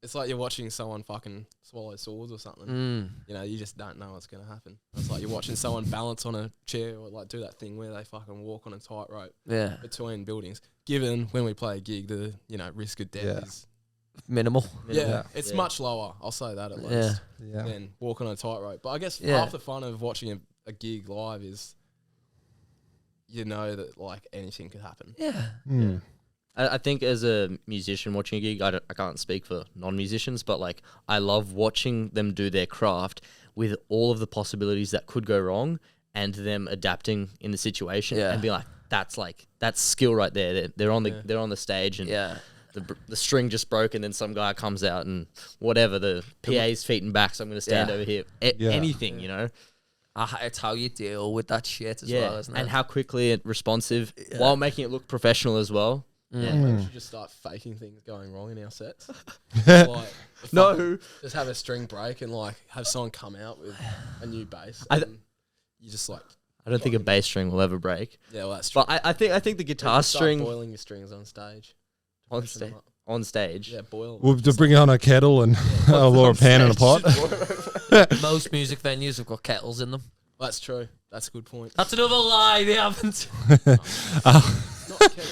Speaker 5: It's like you're watching someone fucking swallow swords or something.
Speaker 3: Mm.
Speaker 5: You know, you just don't know what's gonna happen. It's like you're watching someone balance on a chair or like do that thing where they fucking walk on a tightrope
Speaker 3: Yeah.
Speaker 5: between buildings. Given when we play a gig, the you know risk of death
Speaker 2: Yeah.
Speaker 5: is
Speaker 3: Minimal.
Speaker 5: yeah,
Speaker 2: Yeah.
Speaker 5: it's
Speaker 4: Yeah.
Speaker 5: much lower. I'll say that at least
Speaker 3: Yeah.
Speaker 2: yeah.
Speaker 5: than walking on a tightrope. But I guess
Speaker 3: Yeah.
Speaker 5: half the fun of watching a, a gig live is you know that like anything could happen.
Speaker 3: Yeah.
Speaker 2: Mm.
Speaker 4: I, I think as a musician watching a gig, I, don't, I can't speak for non-musicians, but like I love watching them do their craft with all of the possibilities that could go wrong and them adapting in the situation
Speaker 3: Yeah.
Speaker 4: and be like, that's like that's skill right there. They're, they're on the they're on the stage and
Speaker 3: Yeah.
Speaker 4: the, br- the string just broke and then some guy comes out and whatever the PA's feet and back, so I'm gonna stand
Speaker 3: Yeah.
Speaker 4: over here. A-
Speaker 2: Yeah.
Speaker 4: Anything you know,
Speaker 3: Ah, it's how you deal with that shit as well, isn't it?
Speaker 4: and how quickly and responsive while making it look professional as well.
Speaker 5: Maybe we should just start faking things going wrong in our sets. like, no, just have a string break and like have someone come out with a new bass.
Speaker 4: I th-
Speaker 5: and you just like
Speaker 4: I don't think a bass string will ever break.
Speaker 5: yeah, well that's true.
Speaker 4: But I, I think I think the guitar
Speaker 5: Start
Speaker 4: string
Speaker 5: boiling your strings on stage.
Speaker 4: on,
Speaker 5: Freshen
Speaker 4: sta-
Speaker 5: them up.
Speaker 4: on stage.
Speaker 5: Yeah, boil.
Speaker 2: We'll just bring on a kettle and or a pan and a pot.
Speaker 3: Most music venues have got kettles in them.
Speaker 5: That's true. That's a good point.
Speaker 3: That's another lie. They haven't.
Speaker 5: Not a kettle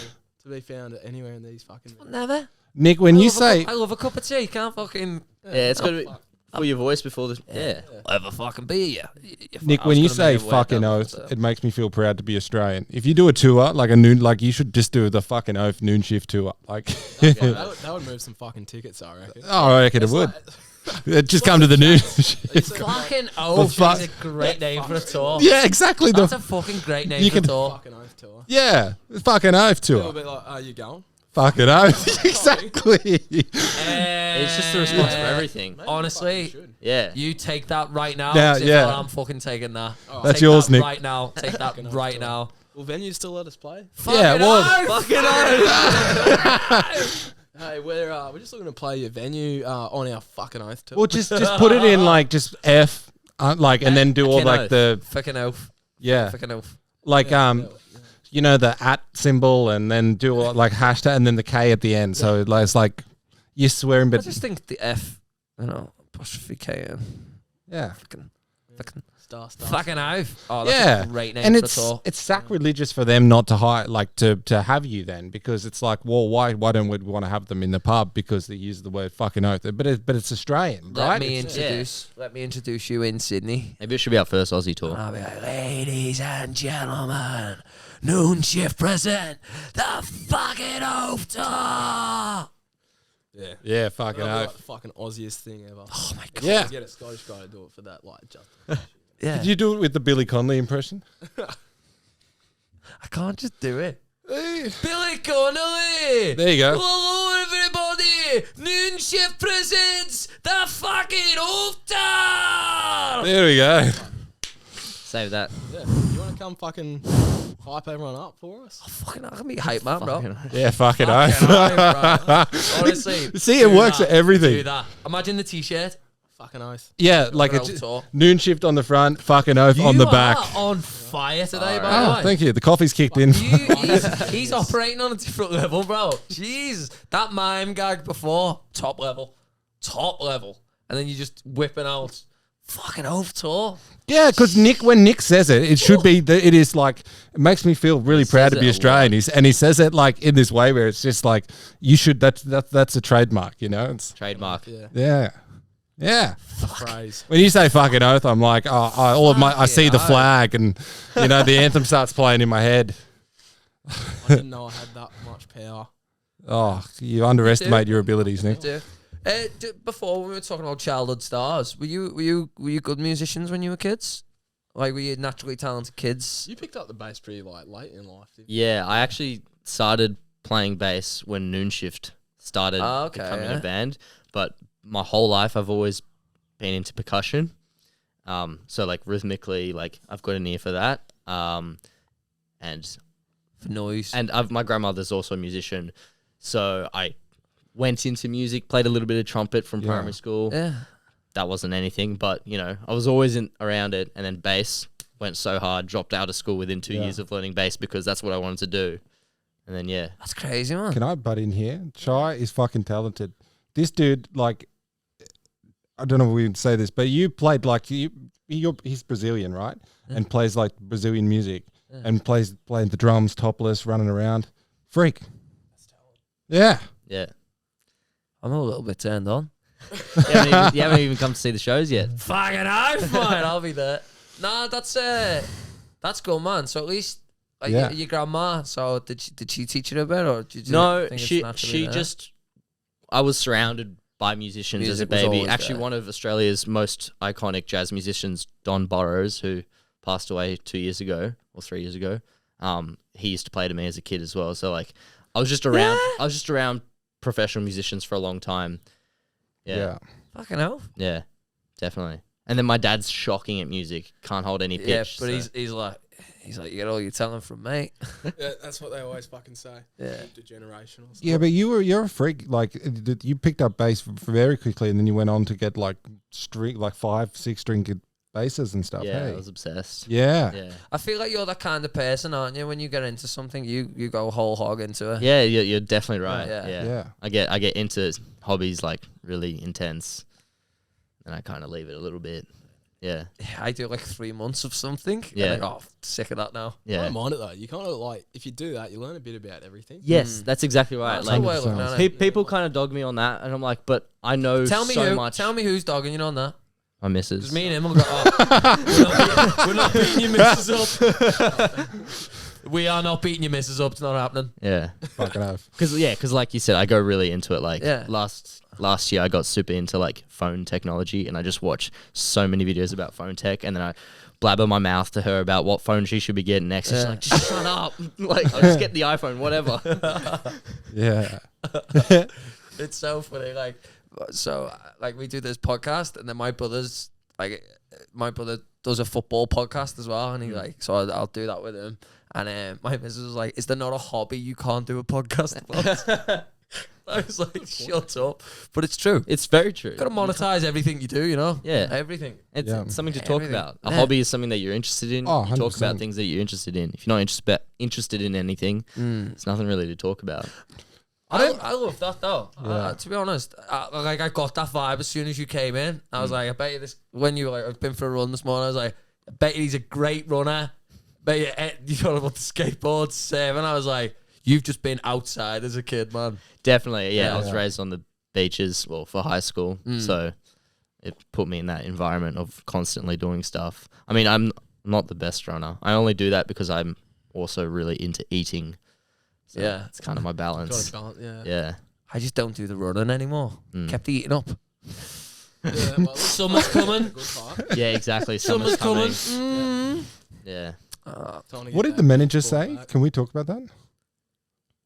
Speaker 5: to be found anywhere in these fucking.
Speaker 3: Never.
Speaker 2: Nick, when
Speaker 3: I
Speaker 2: you
Speaker 3: love a cup-
Speaker 2: say
Speaker 3: I love a cup of tea, can't fucking
Speaker 4: Yeah, it's gotta be for your voice before the yeah.
Speaker 3: have a fucking beer. You- you-
Speaker 2: Nick,
Speaker 3: I
Speaker 2: when
Speaker 3: was
Speaker 2: you
Speaker 3: gonna
Speaker 2: say
Speaker 3: make a word
Speaker 2: fucking
Speaker 3: up,
Speaker 2: oath,
Speaker 3: so-
Speaker 2: it makes me feel proud to be Australian. If you do a tour, like a noon, like you should just do the fucking oath noon shift tour. Like,
Speaker 5: Yeah, that, would, that would move some fucking tickets, I reckon.
Speaker 2: oh, I reckon it would. It'd just come to the noon. shift.
Speaker 3: Fucking oath
Speaker 2: fuck-
Speaker 3: is a great name for a tour.
Speaker 2: yeah, exactly. The
Speaker 3: That's a fucking great name
Speaker 2: You
Speaker 3: for a
Speaker 2: can-
Speaker 3: tour.
Speaker 5: Fucking oath tour.
Speaker 2: yeah, fucking oath
Speaker 5: They'll
Speaker 2: tour.
Speaker 5: be like, "Are you going?"
Speaker 2: Fucking oath, exactly.
Speaker 4: It's just the response for everything.
Speaker 5: You
Speaker 3: Uh, Honestly,
Speaker 5: should.
Speaker 4: Yeah.
Speaker 3: you take that right now.
Speaker 2: Yeah,
Speaker 3: 'cause if
Speaker 2: yeah.
Speaker 3: not, I'm fucking taking that.
Speaker 4: Oh.
Speaker 2: That's
Speaker 3: Take
Speaker 2: yours,
Speaker 3: that
Speaker 2: Nick.
Speaker 3: Right now, take that
Speaker 5: oath
Speaker 3: right
Speaker 5: tour.
Speaker 3: now.
Speaker 5: Will venues still let us play?
Speaker 2: Yeah,
Speaker 3: Fucking
Speaker 2: well-
Speaker 3: oath!
Speaker 5: Hey, we're uh, we're just looking to play your venue uh, on our fucking oath tour.
Speaker 2: Well, just just put it in like just F, uh, like, and then do all
Speaker 4: Fucking
Speaker 2: like
Speaker 4: oath.
Speaker 2: the
Speaker 3: Fucking oath.
Speaker 2: yeah,
Speaker 3: Fucking oath.
Speaker 2: like um, you know the at symbol, and then do all, like hashtag, and then the K at the end. So like, it's like you're swearing,
Speaker 3: I
Speaker 2: but
Speaker 3: just think the F, you know, apostrophe K N.
Speaker 2: yeah.
Speaker 3: Fucking, fucking,
Speaker 5: star, star,
Speaker 3: fucking oath. Oh, that's
Speaker 2: Yeah,
Speaker 3: a great name
Speaker 2: and
Speaker 3: for
Speaker 2: it's
Speaker 3: a tour.
Speaker 2: it's sacrilegious for them not to hire, like to to have you then, because it's like, well, why why don't we want to have them in the pub because they use the word fucking oath, but it, but it's Australian,
Speaker 3: Let
Speaker 2: right?
Speaker 3: me
Speaker 2: It's-
Speaker 3: introduce. Let me introduce you in Sydney.
Speaker 4: Maybe it should be our first Aussie tour.
Speaker 3: I'll be like, ladies and gentlemen, noon shift present the fucking oath tour. Oh
Speaker 5: Yeah.
Speaker 2: yeah, fucking
Speaker 5: That'd be, like,
Speaker 2: oath.
Speaker 5: the fucking Aussiest thing ever.
Speaker 3: Oh my god.
Speaker 2: Yeah,
Speaker 5: Let's Get a Scottish guy to do it for that. Like, just
Speaker 3: Yeah.
Speaker 2: did you do it with the Billy Conley impression?
Speaker 3: I can't just do it.
Speaker 2: Hey.
Speaker 3: Billy Connolly.
Speaker 2: There you go.
Speaker 3: Hello everybody. Noon shift presents the fucking oath tour.
Speaker 2: There we go.
Speaker 4: Save that.
Speaker 5: yeah. You want to come fucking hype everyone up for us?
Speaker 3: Fucking, I can be hype man, bro.
Speaker 2: Yeah, fucking oath.
Speaker 3: Honestly,
Speaker 2: See, it
Speaker 3: do
Speaker 2: works
Speaker 3: that.
Speaker 2: at everything.
Speaker 3: Do that. Imagine the t-shirt.
Speaker 5: Fucking oath.
Speaker 2: Yeah, like
Speaker 3: Bro,
Speaker 2: it's
Speaker 3: talk.
Speaker 2: noon shift on the front, fucking oath on
Speaker 3: You
Speaker 2: the back.
Speaker 3: are on fire today, by the
Speaker 2: Oh,
Speaker 3: way.
Speaker 2: thank you. The coffee's kicked in.
Speaker 3: You, he's, he's operating on a different level, bro. Jeez, that mime gag before top level, top level, and then you just whipping out fucking oath tour.
Speaker 2: yeah, because Nick, when Nick says it, it should be that it is like it makes me feel really proud to
Speaker 4: it
Speaker 2: be
Speaker 4: a
Speaker 2: Australian. He's, and he says it like in this way where it's just like you should. That's that, that's a trademark, you know. It's
Speaker 4: Trademark.
Speaker 5: Yeah.
Speaker 2: yeah, yeah.
Speaker 5: Praise.
Speaker 2: When you say fucking oath, I'm like, oh, I, all of my, I see the
Speaker 3: Fucking oath.
Speaker 2: flag, and you know the anthem starts playing in my head.
Speaker 5: I didn't know I had that much power.
Speaker 2: Oh, you underestimate your abilities, Nick.
Speaker 3: Do. Uh, d- before when we were talking about childhood stars, were you were you were you good musicians when you were kids? Like were you naturally talented kids?
Speaker 5: You picked up the bass pretty like late in life. Didn't you?
Speaker 4: Yeah, I actually started playing bass when Noon Shift started
Speaker 3: Ah, okay,
Speaker 4: becoming
Speaker 3: yeah.
Speaker 4: a band. But my whole life, I've always been into percussion. Um, so like rhythmically, like I've got an ear for that. Um, and
Speaker 3: For noise.
Speaker 4: and I've, my grandmother's also a musician, so I went into music, played a little bit of trumpet from
Speaker 2: Yeah.
Speaker 4: primary school.
Speaker 3: yeah.
Speaker 4: That wasn't anything, but you know, I was always in, around it. And then bass went so hard, dropped out of school within two years of learning bass because that's what I wanted to do. And then yeah,
Speaker 3: That's crazy, man.
Speaker 2: Can I butt in here? Chai is fucking talented. This dude, like, I don't know if we would say this, but you played like you, you're, he's Brazilian, right?
Speaker 5: Mm.
Speaker 2: And plays like Brazilian music and plays playing the drums, topless, running around, freak. Yeah,
Speaker 4: yeah.
Speaker 3: I'm a little bit turned on.
Speaker 4: you, haven't even, you haven't even come to see the shows yet.
Speaker 3: Fucking oath, mate. I'll be there. Nah, that's uh, that's good, man. So at least like, y-
Speaker 2: Yeah.
Speaker 3: your grandma. So did she, did she teach you a bit, or did you
Speaker 4: no,
Speaker 3: think it's
Speaker 4: she
Speaker 3: naturally
Speaker 4: she
Speaker 3: there?
Speaker 4: just. I was surrounded by musicians as a
Speaker 3: Music was
Speaker 4: baby.
Speaker 3: always
Speaker 4: Actually,
Speaker 3: there.
Speaker 4: one of Australia's most iconic jazz musicians, Don Burrows, who passed away two years ago or three years ago. Um, he used to play to me as a kid as well. So like, I was just around. I was just around professional musicians for a long time.
Speaker 2: yeah.
Speaker 4: Yeah,
Speaker 3: fucking oath.
Speaker 4: yeah, definitely. And then my dad's shocking at music. Can't hold any pitch.
Speaker 3: Yeah, but
Speaker 4: so-
Speaker 3: he's he's like he's like you get all your talent from me.
Speaker 5: Yeah, that's what they always fucking say.
Speaker 3: Yeah.
Speaker 5: Degeneration or something.
Speaker 2: Yeah, but you were you're a freak. Like th- you picked up bass v- very quickly, and then you went on to get like string, like five, six string good basses and stuff.
Speaker 4: yeah,
Speaker 2: hey?
Speaker 4: I was obsessed.
Speaker 2: yeah,
Speaker 4: Yeah.
Speaker 3: I feel like you're that kind of person, aren't you? When you get into something, you you go whole hog into it.
Speaker 4: Yeah, you're, you're definitely right.
Speaker 3: Yeah.
Speaker 4: Yeah.
Speaker 2: Yeah.
Speaker 4: I get I get into hobbies like really intense, and I kind of leave it a little bit. Yeah.
Speaker 3: I do like three months of something. Yeah.
Speaker 4: Yeah.
Speaker 3: And I go, oh, sick of that now.
Speaker 5: I
Speaker 4: Yeah.
Speaker 5: don't mind it though. You kind of like if you do that, you learn a bit about everything.
Speaker 4: Yes,
Speaker 3: Mm.
Speaker 4: that's exactly right.
Speaker 3: That's
Speaker 2: a
Speaker 4: like
Speaker 3: the way I look at
Speaker 4: pe-
Speaker 3: it.
Speaker 4: people kind of dog me on that, and I'm like, but I know
Speaker 3: Tell me
Speaker 4: so
Speaker 3: who.
Speaker 4: much.
Speaker 3: Tell me who's dogging you on that.
Speaker 4: my missus.
Speaker 3: Because me and him will go. Oh, we're not beating your missus up. we are not beating your missus up. It's not happening.
Speaker 4: Yeah.
Speaker 2: Fuck it up.
Speaker 4: Because yeah, because like you said, I go really into it. Like
Speaker 3: Yeah.
Speaker 4: last last year, I got super into like phone technology, and I just watch so many videos about phone tech, and then I blabber my mouth to her about what phone she should be getting next. and She's
Speaker 3: Yeah.
Speaker 4: like, "Just shut up! like, I'll just get the iPhone, whatever.
Speaker 2: Yeah.
Speaker 3: It's so funny. Like, so uh, like we do this podcast, and then my brother's like, uh, my brother does a football podcast as well, and he like, so I'll, I'll do that with him. And um, my missus was like, "Is there not a hobby you can't do a podcast about?" I was like, "Shut up!" But it's true.
Speaker 4: it's very true.
Speaker 3: Got to monetize everything you do, you know.
Speaker 4: Yeah.
Speaker 3: everything.
Speaker 4: It's,
Speaker 2: Yeah.
Speaker 4: it's something to talk
Speaker 3: Everything.
Speaker 4: about. A
Speaker 3: Yeah.
Speaker 4: hobby is something that you're interested in.
Speaker 2: Oh,
Speaker 4: you talk about
Speaker 2: 100%.
Speaker 4: things that you're interested in. If you're not interested interested in anything,
Speaker 3: Mm.
Speaker 4: it's nothing really to talk about.
Speaker 3: I, I, love that though. I-
Speaker 2: Yeah.
Speaker 3: I- Uh, to be honest, I, like I got that vibe as soon as you came in. I was like, I bet you this. When you were like, I've been for a run this morning. I was like, I bet you he's a great runner. Bet you eh, you thought about the skateboard seven. I was like, you've just been outside as a kid, man.
Speaker 4: Definitely, yeah.
Speaker 3: Yeah. Mm.
Speaker 4: I was raised on the beaches, well, for high school, so it put me in that environment of constantly doing stuff. I mean, I'm not the best runner. I only do that because I'm also really into eating. So
Speaker 3: Yeah.
Speaker 4: it's kind of my
Speaker 5: Got
Speaker 4: balance.
Speaker 5: a balance, yeah.
Speaker 4: Yeah,
Speaker 3: I just don't do the running anymore.
Speaker 4: Mm.
Speaker 3: Kept eating up.
Speaker 5: Yeah, well, that's
Speaker 3: Summer's
Speaker 5: a
Speaker 3: coming.
Speaker 5: good part.
Speaker 4: yeah, exactly.
Speaker 3: Summer's
Speaker 4: Summer's
Speaker 3: coming.
Speaker 4: coming.
Speaker 3: Mm.
Speaker 4: Yeah,
Speaker 3: Uh,
Speaker 5: Time to get
Speaker 2: What did
Speaker 5: back
Speaker 2: the manager
Speaker 5: to full
Speaker 2: say?
Speaker 5: back.
Speaker 2: Can we talk about that?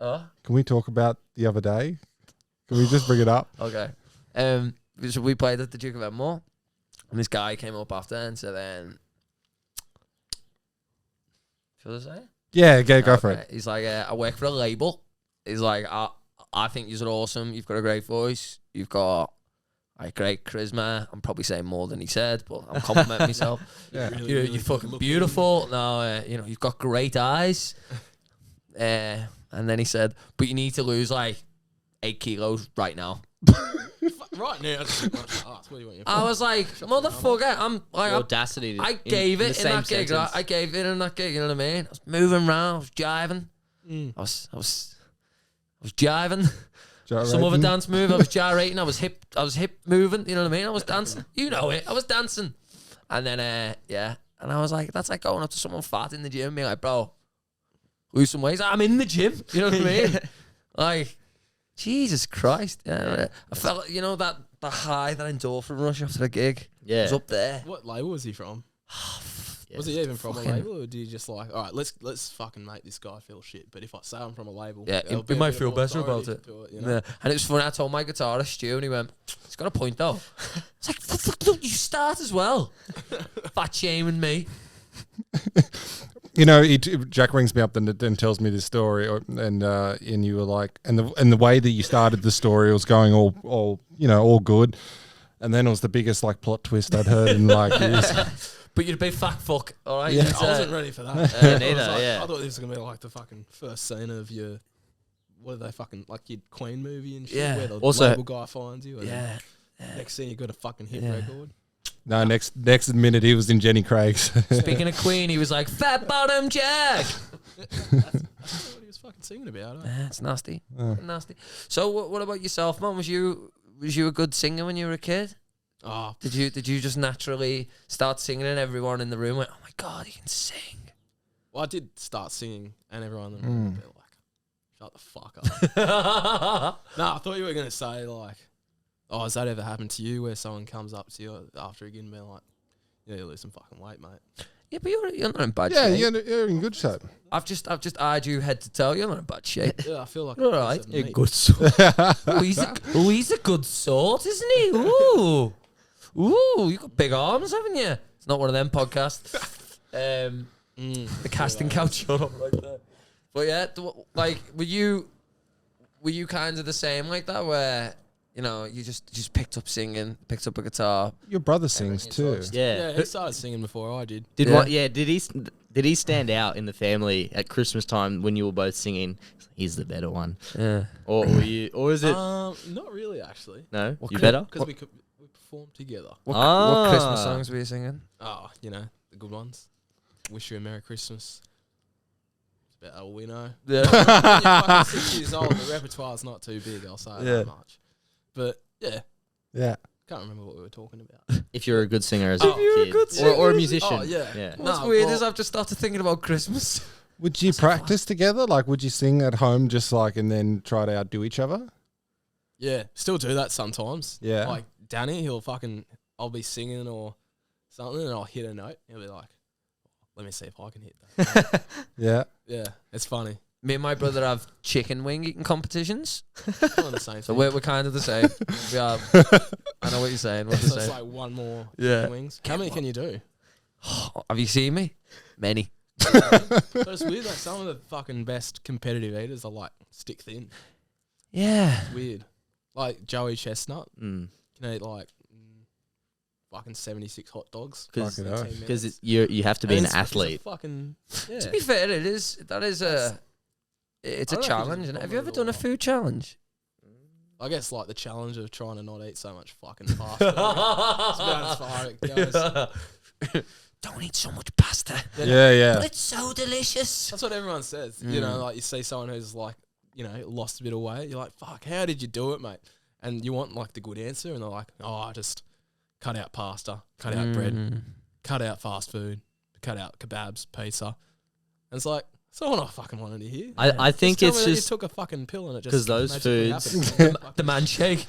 Speaker 3: oh,
Speaker 2: Can we talk about the other day? Can we just bring it up?
Speaker 3: okay. Um, so we played at the Duke of Edinburgh, and this guy came up after and said, "Then, should I say?" it?
Speaker 2: Yeah, go go for
Speaker 3: Okay.
Speaker 2: it.
Speaker 3: He's like, uh, I work for a label. He's like, I, I think you're awesome. You've got a great voice. You've got a great charisma. I'm probably saying more than he said, but I'm complimenting myself.
Speaker 2: Yeah.
Speaker 3: You're,
Speaker 5: Really, really
Speaker 3: you're
Speaker 5: good
Speaker 3: fucking
Speaker 5: looking.
Speaker 3: beautiful. No, uh, you know, you've got great eyes. Uh, and then he said, but you need to lose like eight kilos right now.
Speaker 5: Right now, that's too much to ask. What do you want? Your
Speaker 3: I was like, motherfucker, I'm like,
Speaker 4: The
Speaker 3: I'm
Speaker 4: audacity. to-
Speaker 3: I
Speaker 4: in-
Speaker 3: gave
Speaker 4: in
Speaker 3: it
Speaker 4: the
Speaker 3: in,
Speaker 4: same
Speaker 3: that gig. right?
Speaker 4: sentence.
Speaker 3: I gave it in that gig. You know what I mean? I was moving around. I was jiving.
Speaker 4: Mm.
Speaker 3: I was, I was, I was jiving. Some other
Speaker 2: Gyrating.
Speaker 3: dance move. I was gyrating. I was hip. I was hip moving. You know what I mean? I was dancing. You know it. I was dancing. And then, uh, yeah. And I was like, that's like going up to someone fat in the gym and being like, bro, lose some weight. I'm in the gym. You know what I mean? Like, Jesus Christ. Yeah, I felt, you know, that, that high, that endorphin rush after the gig. It
Speaker 4: yeah.
Speaker 3: was up there.
Speaker 5: What label was he from?
Speaker 4: yeah.
Speaker 5: Was he even from a
Speaker 3: fucking-
Speaker 5: label, or did you just like, all right, let's let's fucking make this guy feel shit? But if I say I'm from a label,
Speaker 3: Yeah,
Speaker 5: there'll
Speaker 3: it-
Speaker 5: be
Speaker 3: it
Speaker 5: a
Speaker 3: might
Speaker 5: bit of
Speaker 3: feel better about
Speaker 5: authority
Speaker 3: it.
Speaker 5: to you know?
Speaker 3: Yeah. And it was funny. I told my guitarist Stu, and he went, "It's got a point though." It's like, "Fuck, fuck, look, you start as well." Fat shaming me.
Speaker 2: You know, he, Jack rings me up and, and tells me this story, or, and uh, and you were like, and the and the way that you started the story was going all all you know all good, and then it was the biggest like plot twist I'd heard in like years.
Speaker 3: But you're a big fat fuck, all right?
Speaker 2: Yeah.
Speaker 3: It's,
Speaker 5: I wasn't
Speaker 3: uh,
Speaker 5: ready for that.
Speaker 4: Yeah,
Speaker 5: I was
Speaker 4: neither,
Speaker 5: like-
Speaker 4: yeah.
Speaker 5: I thought this was gonna be like the fucking first scene of your, what are they fucking like your Queen movie and shit,
Speaker 3: Yeah.
Speaker 5: where the
Speaker 4: Also-
Speaker 5: label guy finds you. And
Speaker 3: yeah.
Speaker 5: then Next thing you got a fucking hit
Speaker 3: Yeah.
Speaker 5: record.
Speaker 2: No, next next minute he was in Jenny Craig's.
Speaker 3: Speaking of Queen, he was like, "Fat bottom Jack."
Speaker 5: I don't know what he was fucking singing about. eh?
Speaker 3: That's nasty. Nasty. So, what, what about yourself, man? Was you was you a good singer when you were a kid?
Speaker 5: Ah,
Speaker 3: Did you did you just naturally start singing, and everyone in the room went, "Oh my god, he can sing."
Speaker 5: well, I did start singing, and everyone in the
Speaker 2: Mm.
Speaker 5: room was a bit like, shut the fuck up. No, I thought you were gonna say like, oh, has that ever happened to you where someone comes up to you after a gig and be like, yeah, you lose some fucking weight, mate.
Speaker 3: yeah, but you're you're not in bad
Speaker 2: yeah,
Speaker 3: shape.
Speaker 2: you're, you're in good shape.
Speaker 3: I've just I've just eyed you head to toe. You're not in bad shape.
Speaker 5: Yeah, I feel like
Speaker 3: You're alright.
Speaker 5: it's a meat.
Speaker 3: sort. oh, he's a, oh, he's a good sort, isn't he? Ooh, ooh, you got big arms, haven't you? It's not one of them podcasts. Um,
Speaker 5: Mm.
Speaker 3: the casting couch. Shut up right there. But yeah, th- like, were you, were you kind of the same like that, where you know you just just picked up singing, picked up a guitar.
Speaker 2: Your brother sings too.
Speaker 4: yeah.
Speaker 5: Yeah, he started singing before I did.
Speaker 4: Did
Speaker 3: Yeah.
Speaker 4: yeah. Yeah. Did he? s- Did he stand out in the family at Christmas time when you were both singing? He's the better one,
Speaker 3: Yeah.
Speaker 4: or were you? Or is it?
Speaker 5: Um, not really actually,
Speaker 4: no,
Speaker 3: What
Speaker 4: you
Speaker 3: kind-
Speaker 4: better.
Speaker 5: because we could, we form together.
Speaker 3: What,
Speaker 4: Ah.
Speaker 3: what Christmas songs were you singing?
Speaker 5: Ah, you know the good ones. Wish you a merry Christmas. It's about all we know.
Speaker 3: Yeah.
Speaker 5: When you're fucking six years old, the repertoire's not too big. I'll say
Speaker 3: Yeah.
Speaker 5: that much. But yeah,
Speaker 2: Yeah.
Speaker 5: can't remember what we were talking about.
Speaker 4: If you're a good singer as a
Speaker 5: If
Speaker 3: you're a
Speaker 4: kid
Speaker 3: good
Speaker 4: or, or
Speaker 3: singer.
Speaker 4: a musician.
Speaker 5: Oh, yeah.
Speaker 3: What's
Speaker 5: Nah,
Speaker 3: weird
Speaker 5: well-
Speaker 3: is I've just started thinking about Christmas.
Speaker 2: Would you practice together? Like, would you sing at home just like and then try to outdo each other?
Speaker 5: Yeah, still do that sometimes.
Speaker 2: Oh, Yeah.
Speaker 5: Like Danny, he'll fucking I'll be singing or something, and I'll hit a note. He'll be like, "Oh, "Let me see if I can hit that."
Speaker 2: Yeah.
Speaker 5: yeah, it's funny.
Speaker 3: Me and my brother have chicken wing eating competitions,
Speaker 5: Kind of the same
Speaker 3: so
Speaker 5: thing.
Speaker 3: we're, we're kind of the same. we are. I know what you're saying. What you're
Speaker 5: so it's
Speaker 3: saying.
Speaker 5: like one more
Speaker 3: Yeah.
Speaker 5: wings. How many can you do?
Speaker 3: have you seen me? Many.
Speaker 5: But it's weird. Like some of the fucking best competitive eaters are like stick thin.
Speaker 3: Yeah.
Speaker 5: It's weird. Like Joey Chestnut
Speaker 4: Mm.
Speaker 5: can eat like mm, fucking seventy six hot dogs.
Speaker 4: Cause,
Speaker 2: Fucking hell.
Speaker 5: in 10 minutes.
Speaker 4: cause it's, you you have to be
Speaker 5: And
Speaker 4: an
Speaker 5: it's- it's a
Speaker 4: athlete.
Speaker 5: Fucking yeah.
Speaker 3: To be fair, it is. That is a. It's
Speaker 5: I
Speaker 3: a
Speaker 5: don't think it's a
Speaker 3: challenge. and Have you
Speaker 5: problem
Speaker 3: ever
Speaker 5: at
Speaker 3: done a
Speaker 5: all.
Speaker 3: food challenge?
Speaker 5: I guess like the challenge of trying to not eat so much fucking pasta. It's about as far it goes.
Speaker 3: Don't eat so much pasta.
Speaker 2: Yeah. Yeah.
Speaker 3: It's so delicious.
Speaker 5: That's what everyone says. You know,
Speaker 3: Mm.
Speaker 5: like you see someone who's like, you know, lost a bit of weight. You're like, fuck, how did you do it, mate? And you want like the good answer, and they're like, oh, I just cut out pasta, cut out bread,
Speaker 4: Mm.
Speaker 5: cut out fast food, cut out kebabs, pizza. And it's like, that's not what I fucking wanted to hear.
Speaker 4: I, I think
Speaker 5: tell me
Speaker 4: it's
Speaker 5: that
Speaker 4: just
Speaker 5: you took a fucking pill and it just
Speaker 4: 'cause those
Speaker 5: magically
Speaker 4: foods-
Speaker 5: happened.
Speaker 3: The man shake.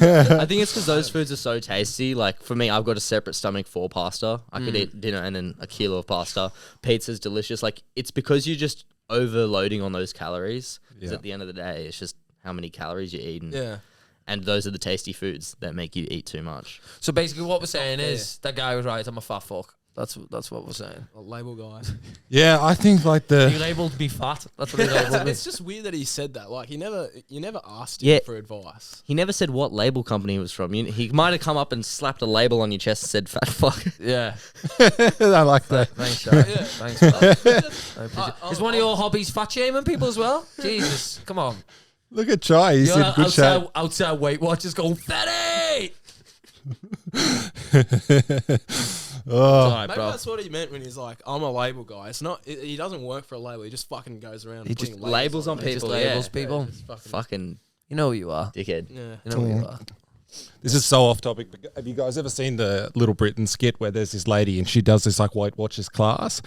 Speaker 4: I think it's because those foods are so tasty. Like for me, I've got a separate stomach for pasta. I could eat dinner and then a kilo of pasta. Pizza's delicious. Like it's because you're just overloading on those calories. 'Cause
Speaker 2: Yeah.
Speaker 4: at the end of the day, it's just how many calories you eat, and,
Speaker 5: yeah,
Speaker 4: and those are the tasty foods that make you eat too much.
Speaker 3: So basically, what we're saying is that guy was right. I'm a fat fuck. That's that's what we're saying.
Speaker 5: a label guy.
Speaker 2: Yeah. I think like
Speaker 3: You
Speaker 2: the.
Speaker 3: labelled me fat. That's what he labelled me.
Speaker 5: it's just weird that he said that. Like he never, you never asked him
Speaker 4: Yeah.
Speaker 5: for advice.
Speaker 4: He never said what label company he was from. You, he might have come up and slapped a label on your chest and said "fat fuck."
Speaker 3: Yeah.
Speaker 2: I like that.
Speaker 3: Thanks, Jack. Thanks for that. I appreciate
Speaker 5: I-
Speaker 3: Is one of your hobbies fat shaming people as well? Jesus, come on.
Speaker 2: Look at Chai. He's
Speaker 3: You're
Speaker 2: in good
Speaker 3: outside,
Speaker 2: shape.
Speaker 3: outside Weight Watchers going, fatty!
Speaker 2: Oh.
Speaker 3: All right,
Speaker 5: Maybe that's what he meant when he's like, "I'm a label guy." It's not. It, he doesn't work for a label. He just fucking goes around.
Speaker 3: He
Speaker 5: putting
Speaker 3: just
Speaker 4: labels on
Speaker 5: it.
Speaker 4: people.
Speaker 3: Oh, Just labels
Speaker 4: yeah.
Speaker 3: people.
Speaker 5: Just fucking,
Speaker 4: Fucking
Speaker 3: You know who you are.
Speaker 4: dickhead.
Speaker 5: Yeah.
Speaker 3: You know who you are.
Speaker 2: This is so off topic, but have you guys ever seen the Little Britain skit where there's this lady and she does this like Weight Watchers class,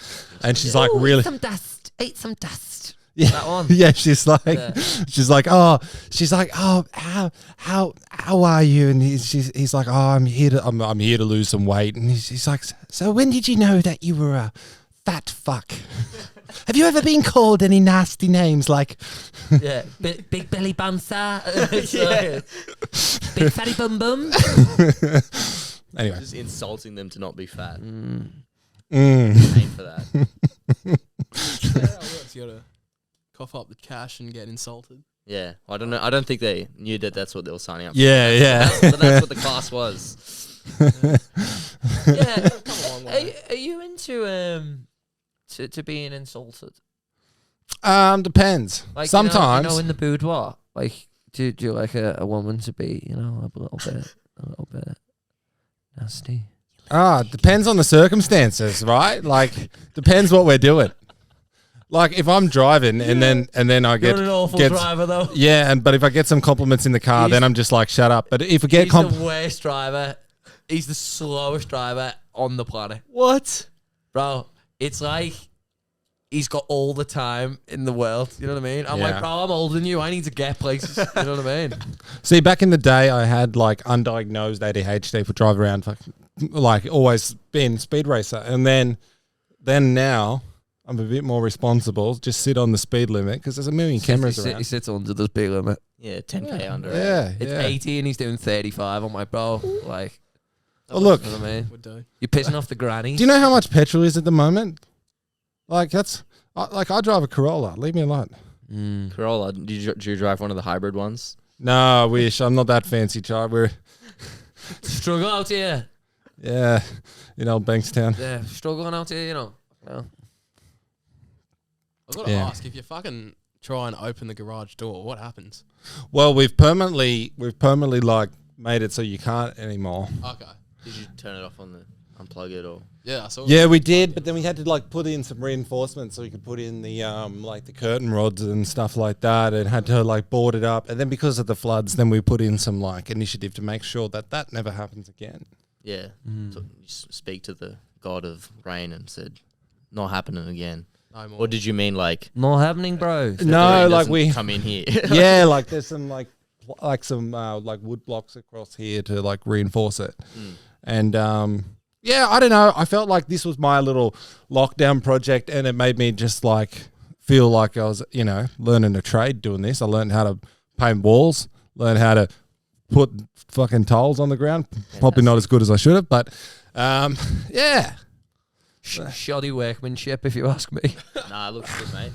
Speaker 2: and she's like really,
Speaker 3: some dust. Eat some dust.
Speaker 2: yeah,
Speaker 3: that one.
Speaker 2: yeah, she's like,
Speaker 3: Yeah.
Speaker 2: she's like, oh, she's like, oh, how, how, how are you? And he's, she's, he's like, oh, I'm here to, I'm, I'm here to lose some weight, and he's, he's like, so when did you know that you were a fat fuck? have you ever been called any nasty names like?
Speaker 3: Yeah. Big, big belly bouncer. Big fatty bum bum.
Speaker 2: Anyway,
Speaker 4: Just insulting them to not be fat.
Speaker 2: mm.
Speaker 4: Aim for that.
Speaker 5: Yeah, that works. You gotta cough up the cash and get insulted.
Speaker 4: Yeah, I don't know. I don't think they knew that that's what they were signing up. for.
Speaker 2: yeah, yeah.
Speaker 4: That's, but that's what the class was.
Speaker 3: yeah.
Speaker 5: Come a long
Speaker 3: Are,
Speaker 5: way.
Speaker 3: are you into um to, to being insulted?
Speaker 2: Um, depends.
Speaker 3: Like you know-
Speaker 2: Sometimes.
Speaker 3: you know, in the boudoir, like do, do you like a, a woman to be, you know, a little bit, a little bit nasty?
Speaker 2: Ah, depends on the circumstances, right? Like depends what we're doing. Like if I'm driving and then and then I get, get-
Speaker 3: though.
Speaker 2: yeah, and but if I get some compliments in the car,
Speaker 3: He's-
Speaker 2: then I'm just like shut up. But if I get
Speaker 3: He's
Speaker 2: comp,
Speaker 3: the worst driver. He's the slowest driver on the planet,
Speaker 4: What?
Speaker 3: bro. It's like he's got all the time in the world. You know what I mean? I'm like,
Speaker 2: Yeah.
Speaker 3: bro, I'm older than you. I need to get places. you know what I mean?
Speaker 2: see back in the day, I had like undiagnosed ADHD for drive around, like, like always been speed racer, and then then now I'm a bit more responsible. Just sit on the speed limit because there's a million cameras
Speaker 3: he, sit- he
Speaker 2: around.
Speaker 3: sits under the speed limit.
Speaker 4: Yeah, 10k under. it.
Speaker 2: Yeah,
Speaker 3: It's
Speaker 2: yeah.
Speaker 3: 80 and he's doing 35. I'm like, bro, like,
Speaker 2: Oh, look,
Speaker 3: you know what I mean?
Speaker 5: Would do.
Speaker 3: You're pissing off the granny.
Speaker 2: Do you know how much petrol is at the moment? Like that's I, like I drive a Corolla. Leave me alone.
Speaker 3: Mm.
Speaker 4: Corolla. Do you, do you drive one of the hybrid ones?
Speaker 2: No, I wish I'm not that fancy, child. We're
Speaker 3: Struggle out here.
Speaker 2: yeah, in old Bankstown.
Speaker 3: Yeah, struggling out here, you know. Well,
Speaker 5: I've got to
Speaker 2: Yeah.
Speaker 5: ask if you fucking try and open the garage door, what happens?
Speaker 2: Well, we've permanently we've permanently like made it so you can't anymore.
Speaker 5: Okay.
Speaker 4: Did you turn it off on the unplug it or?
Speaker 5: Yeah, I saw
Speaker 2: Yeah, we did, but then we had to like put in some reinforcements so we could put in the um like the curtain rods and stuff like that, and had to like board it up. And then because of the floods, then we put in some like initiative to make sure that that never happens again.
Speaker 4: Yeah. So you s- speak to the god of rain and said, "Not happening again."
Speaker 5: No more.
Speaker 4: Or did you mean like?
Speaker 3: Not happening, bro.
Speaker 4: that the
Speaker 2: No,
Speaker 4: rain
Speaker 2: like
Speaker 4: doesn't
Speaker 2: we-
Speaker 4: come in here.
Speaker 2: yeah, like there's some like pl- like some uh, like wood blocks across here to like reinforce it. And um yeah, I don't know. I felt like this was my little lockdown project and it made me just like feel like I was, you know, learning a trade doing this. I learned how to paint walls, learned how to put fucking tiles on the ground. Probably not as good as I should have, but um yeah.
Speaker 3: Sh- shoddy workmanship, if you ask me.
Speaker 4: nah, it looks good, mate.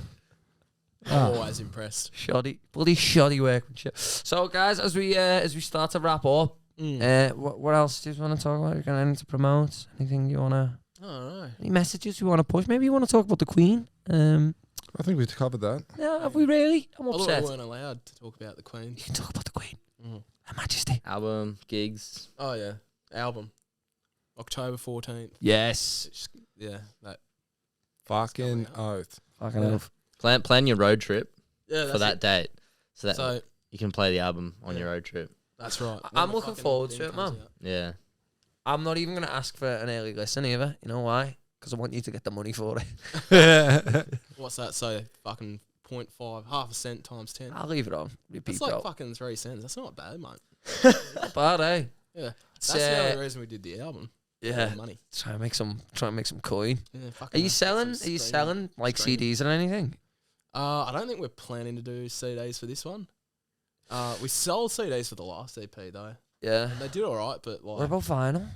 Speaker 3: Ah.
Speaker 5: I'm always impressed.
Speaker 3: shoddy, bloody shoddy workmanship. So, guys, as we uh, as we start to wrap up,
Speaker 5: Hmm.
Speaker 3: uh, what, what else do you want to talk about? You got anything to promote? Anything you wanna?
Speaker 5: I don't know.
Speaker 3: Any messages you want to push? Maybe you want to talk about the Queen. Um,
Speaker 2: I think we've covered that.
Speaker 3: no, have we really? I'm
Speaker 5: I thought
Speaker 3: upset.
Speaker 5: we weren't allowed to talk about the Queen.
Speaker 3: You can talk about the Queen,
Speaker 5: Mm.
Speaker 3: Her Majesty.
Speaker 4: Album gigs.
Speaker 5: Oh yeah, album, October fourteenth.
Speaker 3: Yes.
Speaker 5: Yeah, that.
Speaker 2: Fucking
Speaker 5: Coming
Speaker 2: oath.
Speaker 3: Fucking
Speaker 5: Yeah.
Speaker 3: love.
Speaker 4: Plan plan your road trip
Speaker 5: Yeah, that's
Speaker 4: for that
Speaker 5: it.
Speaker 4: date, so that
Speaker 5: So
Speaker 4: you can play the album on
Speaker 5: Yeah.
Speaker 4: your road trip.
Speaker 5: that's right.
Speaker 3: I-
Speaker 5: When
Speaker 3: I'm
Speaker 5: the
Speaker 3: looking
Speaker 5: fucking
Speaker 3: forward
Speaker 5: thing
Speaker 3: to it,
Speaker 5: comes
Speaker 3: man.
Speaker 5: out.
Speaker 4: Yeah.
Speaker 3: I'm not even gonna ask for an early listen either. You know why? Because I want you to get the money for it.
Speaker 5: What's that? So fucking 0.5, half a cent times ten.
Speaker 3: I'll leave it on. Repeat
Speaker 5: That's like
Speaker 3: bro.
Speaker 5: fucking three cents. That's not bad, mate.
Speaker 3: But eh?
Speaker 5: Yeah,
Speaker 3: It's,
Speaker 5: that's
Speaker 3: uh,
Speaker 5: the only reason we did the album.
Speaker 3: yeah.
Speaker 5: the money.
Speaker 3: Try and make some. Try and make some coin.
Speaker 5: Yeah,
Speaker 3: Are
Speaker 5: fucking
Speaker 3: you
Speaker 5: hell.
Speaker 3: selling?
Speaker 5: Some
Speaker 3: Are you
Speaker 5: streaming.
Speaker 3: selling like
Speaker 5: streaming.
Speaker 3: CDs or anything?
Speaker 5: Uh, I don't think we're planning to do CDs for this one. Uh, we sold CDs for the last EP though,
Speaker 3: Yeah.
Speaker 5: and they did all right. But
Speaker 3: What
Speaker 5: like,
Speaker 3: about vinyl?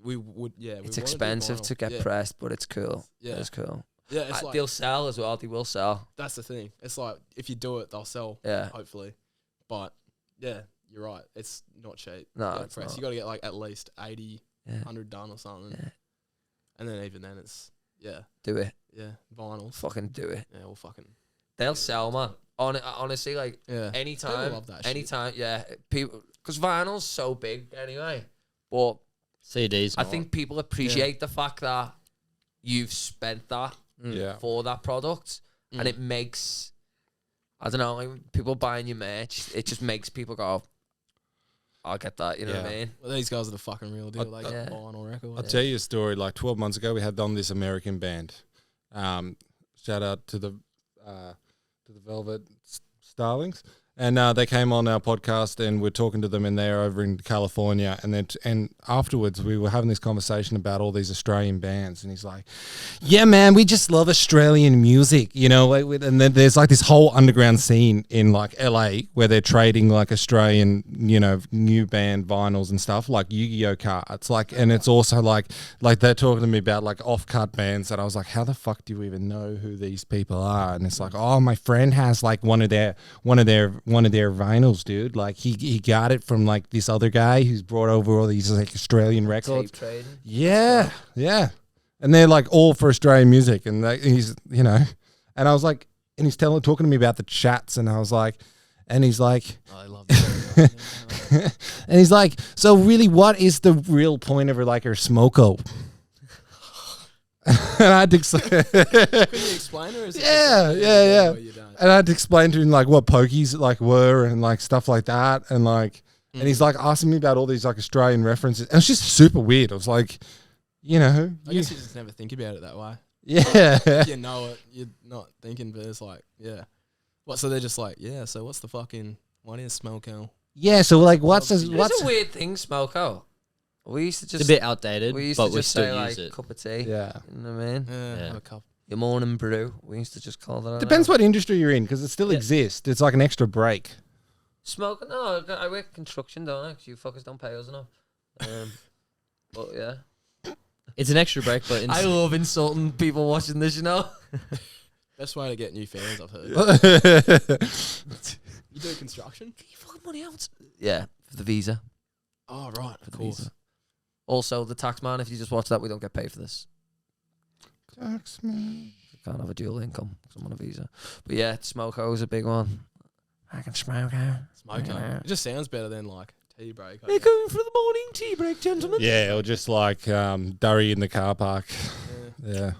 Speaker 5: we would, yeah, we
Speaker 3: It's
Speaker 5: wanna do
Speaker 3: expensive
Speaker 5: vinyl.
Speaker 3: to get
Speaker 5: yeah.
Speaker 3: pressed, but it's cool.
Speaker 5: Yeah,
Speaker 3: It's cool.
Speaker 5: yeah. It's
Speaker 3: Uh,
Speaker 5: like
Speaker 3: they'll sell as well. They will sell.
Speaker 5: that's the thing. It's like if you do it, they'll sell.
Speaker 3: Yeah.
Speaker 5: hopefully. But yeah, you're right. It's not cheap.
Speaker 3: No,
Speaker 5: to get
Speaker 3: it's
Speaker 5: press.
Speaker 3: not.
Speaker 5: You got to get like at least 80,
Speaker 3: Yeah.
Speaker 5: 100 done or something.
Speaker 3: Yeah.
Speaker 5: And then even then, it's yeah,
Speaker 3: Do it.
Speaker 5: yeah, vinyl.
Speaker 3: Fucking do it.
Speaker 5: Yeah, well, fucking
Speaker 3: They'll sell, man. On honestly, like
Speaker 5: yeah.
Speaker 3: anytime,
Speaker 5: love that shit.
Speaker 3: anytime. Yeah, people. Because vinyl's so big anyway. But
Speaker 4: CDs.
Speaker 3: I
Speaker 4: not.
Speaker 3: think people appreciate the fact that you've spent that
Speaker 4: Mm.
Speaker 2: yeah.
Speaker 3: for that product, and
Speaker 5: Mm.
Speaker 3: it makes. I don't know, like people buying your merch, it just makes people go, I'll get that, you know what I
Speaker 2: Yeah.
Speaker 3: mean?
Speaker 5: Well, these guys are the fucking real deal. They got
Speaker 3: Yeah.
Speaker 5: vinyl record.
Speaker 2: I'll tell you a story. Like 12 months ago, we had on this American band. Um, shout out to the uh, to the Velvet S- Starlings, and uh, they came on our podcast, and we're talking to them, and they're over in California, and then t- and afterwards we were having this conversation about all these Australian bands, and he's like, "Yeah, man, we just love Australian music, you know." Like, with- and then there's like this whole underground scene in like LA where they're trading like Australian, you know, new band vinyls and stuff, like Yu-Gi-Oh cards, like, and it's also like like they're talking to me about like off-cut bands, and I was like, "How the fuck do you even know who these people are?" And it's like, "Oh, my friend has like one of their one of their one of their vinyls, dude. Like he he got it from like this other guy who's brought over all these like Australian records."
Speaker 3: Tape trading.
Speaker 2: Yeah, yeah. And they're like all for Australian music, and they, he's you know, and I was like, and he's telling talking to me about the chats, and I was like, and he's like,
Speaker 5: I love that.
Speaker 2: and he's like, so really, what is the real point of like her smoko? and I had to, ex-
Speaker 5: Can you explain or is it
Speaker 2: Yeah,
Speaker 5: just like,
Speaker 2: yeah, yeah.
Speaker 5: or you don't?
Speaker 2: and I had to explain to him like what pokies like were and like stuff like that, and like, and
Speaker 5: Mm.
Speaker 2: he's like asking me about all these like Australian references, and it's just super weird. I was like, you know,
Speaker 5: I
Speaker 2: you-
Speaker 5: guess you just never think about it that way.
Speaker 2: yeah.
Speaker 5: you know it, you're not thinking, but it's like, yeah. What? So they're just like, yeah. So what's the fucking? What is smell count?
Speaker 2: Yeah, so like, what's a,
Speaker 3: It's
Speaker 2: what's
Speaker 3: a weird thing, smoke out. We used to
Speaker 4: It's
Speaker 3: just
Speaker 4: a bit outdated,
Speaker 3: we used
Speaker 4: but
Speaker 3: to
Speaker 4: we
Speaker 3: just
Speaker 4: still
Speaker 3: say
Speaker 4: use
Speaker 3: like
Speaker 4: it.
Speaker 3: cup of tea.
Speaker 2: yeah?
Speaker 3: You know what I mean?
Speaker 5: Yeah,
Speaker 4: Yeah.
Speaker 5: have a cup.
Speaker 3: Your morning brew. We used to just call that.
Speaker 2: Depends what industry you're in because it still
Speaker 3: Yeah.
Speaker 2: exists. It's like an extra break.
Speaker 3: Smoking. No, I I work construction, don't I? 'Cause you fuckers don't pay us enough. Um, but yeah.
Speaker 4: It's an extra break, but
Speaker 3: I
Speaker 4: in-
Speaker 3: love insulting people watching this, you know?
Speaker 5: Best way to get new fans, I've heard. You do construction?
Speaker 3: Get your fucking money out. Yeah, for the visa.
Speaker 5: Oh right,
Speaker 3: For
Speaker 5: of
Speaker 3: the
Speaker 5: course.
Speaker 3: visa. Also, the tax man, if you just watch that, we don't get paid for this. Can't have a dual income 'cause I'm on a visa. But yeah, Smoko is a big one. I can smoke out.
Speaker 5: Smoking.
Speaker 3: Yeah.
Speaker 5: It just sounds better than like tea break. I
Speaker 3: They're
Speaker 5: guess.
Speaker 3: going for the morning tea break, gentlemen.
Speaker 2: Yeah, or just like um, Durry in the car park.
Speaker 5: Yeah.
Speaker 2: Yeah.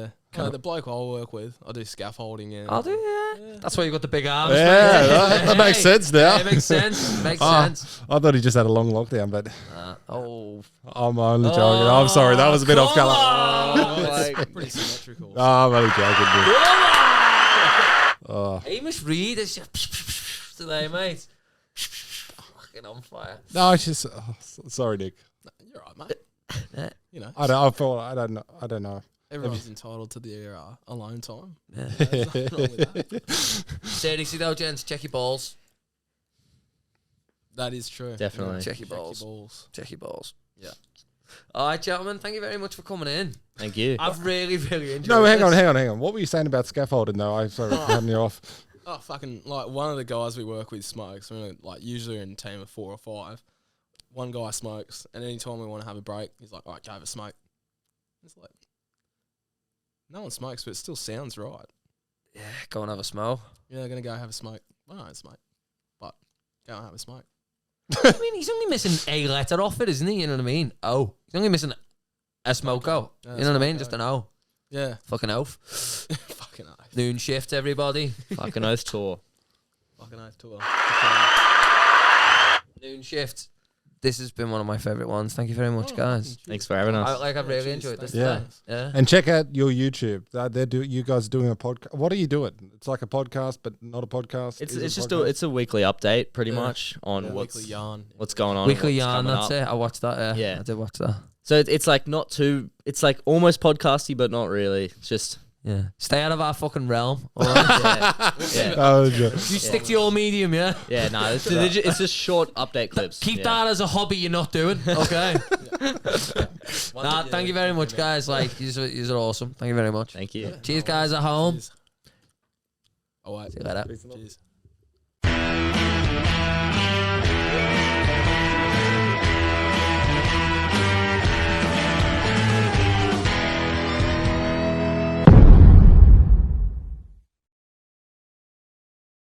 Speaker 5: Yeah.
Speaker 2: Kind
Speaker 5: No,
Speaker 2: of-
Speaker 5: the bloke I work with, I do scaffolding. Yeah.
Speaker 3: I'll do. Yeah. That's why you got the big arms. mate.
Speaker 2: Yeah, that, that makes
Speaker 3: Hey.
Speaker 2: sense
Speaker 3: Yeah,
Speaker 2: now.
Speaker 3: it makes sense. Makes
Speaker 2: Ah.
Speaker 3: sense.
Speaker 2: I thought he just had a long lockdown, but
Speaker 3: Uh, oh,
Speaker 2: I'm only joking. I'm sorry, that was a bit off
Speaker 3: come
Speaker 2: colour.
Speaker 3: on.
Speaker 5: It's pretty symmetrical.
Speaker 2: Oh, I'm only joking. dude. Oh.
Speaker 3: Amos Reed is just today, mate. Fucking on fire.
Speaker 2: No, it's just oh, s- sorry, Nick.
Speaker 5: You're right, mate. you know,
Speaker 2: I don't. I, feel, I don't know. I don't know.
Speaker 5: everyone's entitled to their uh, alone time.
Speaker 3: Yeah.
Speaker 5: There's nothing wrong with that.
Speaker 3: Seriously though, gents, check your balls.
Speaker 5: that is true.
Speaker 4: Definitely.
Speaker 3: Check your
Speaker 5: Check your
Speaker 3: balls.
Speaker 5: balls.
Speaker 3: Check your balls.
Speaker 5: Yeah.
Speaker 3: All right, gentlemen. Thank you very much for coming in.
Speaker 4: Thank you.
Speaker 3: I've really, really enjoyed.
Speaker 2: No, hang
Speaker 3: this.
Speaker 2: on, hang on, hang on. What were you saying about scaffolding though? I'm sorry, I'm cutting you off.
Speaker 5: Oh fucking! Like one of the guys we work with smokes. We're in a- like usually in a team of four or five. One guy smokes, and anytime we want to have a break, he's like, "All right, go have a smoke." It's like no one smokes, but it still sounds right.
Speaker 3: Yeah, go and have a smell.
Speaker 5: You're gonna go have a smoke. I don't smoke, but go and have a smoke.
Speaker 3: I mean, he's only missing a letter off it, isn't he? You know what I mean? Oh, he's only missing a smoke O.
Speaker 5: Yeah,
Speaker 3: You know what I mean?
Speaker 5: smoke
Speaker 3: Just
Speaker 5: O.
Speaker 3: an O.
Speaker 5: Yeah,
Speaker 3: Fucking oaf.
Speaker 5: fucking oath.
Speaker 3: Noon shift, everybody.
Speaker 4: Fucking oath tour.
Speaker 5: Fucking oath tour.
Speaker 3: Noon shift. This has been one of my favourite ones. Thank you very much, guys.
Speaker 4: Thanks for having us.
Speaker 3: I, like, I've
Speaker 5: Oh, Yeah,
Speaker 3: really
Speaker 5: cheers.
Speaker 3: enjoyed this
Speaker 2: Yeah.
Speaker 3: today. Yeah.
Speaker 2: And check out your YouTube. Uh, They're do you guys are doing a podcast? What are you doing? It's like a podcast, but not a podcast.
Speaker 4: It's
Speaker 2: is
Speaker 4: it's just
Speaker 2: podcast.
Speaker 4: a it's a weekly update pretty
Speaker 5: Yeah.
Speaker 4: much on
Speaker 5: Yeah,
Speaker 4: what's
Speaker 5: weekly yarn.
Speaker 4: what's going on. and
Speaker 3: Weekly
Speaker 4: what's
Speaker 3: Yarn,
Speaker 4: coming
Speaker 3: that's
Speaker 4: up.
Speaker 3: it. I watched that. Uh, yeah.
Speaker 4: Yeah.
Speaker 3: I did watch that.
Speaker 4: So it, it's like not too. It's like almost podcasty, but not really. It's just
Speaker 3: Yeah. Stay out of our fucking realm. all right?
Speaker 4: yeah, yeah.
Speaker 2: Oh, yeah.
Speaker 3: You stick to your medium, yeah?
Speaker 4: yeah no, it's, they're ju- it's just short update clips.
Speaker 3: Keep
Speaker 4: yeah.
Speaker 3: that as a hobby you're not doing, okay? nah, thank you very much, guys. Like, you are awesome. Thank you very much.
Speaker 4: Thank you.
Speaker 3: Cheers, guys at home.
Speaker 5: Cheers. Oh wait.
Speaker 3: See you later.
Speaker 5: Cheers.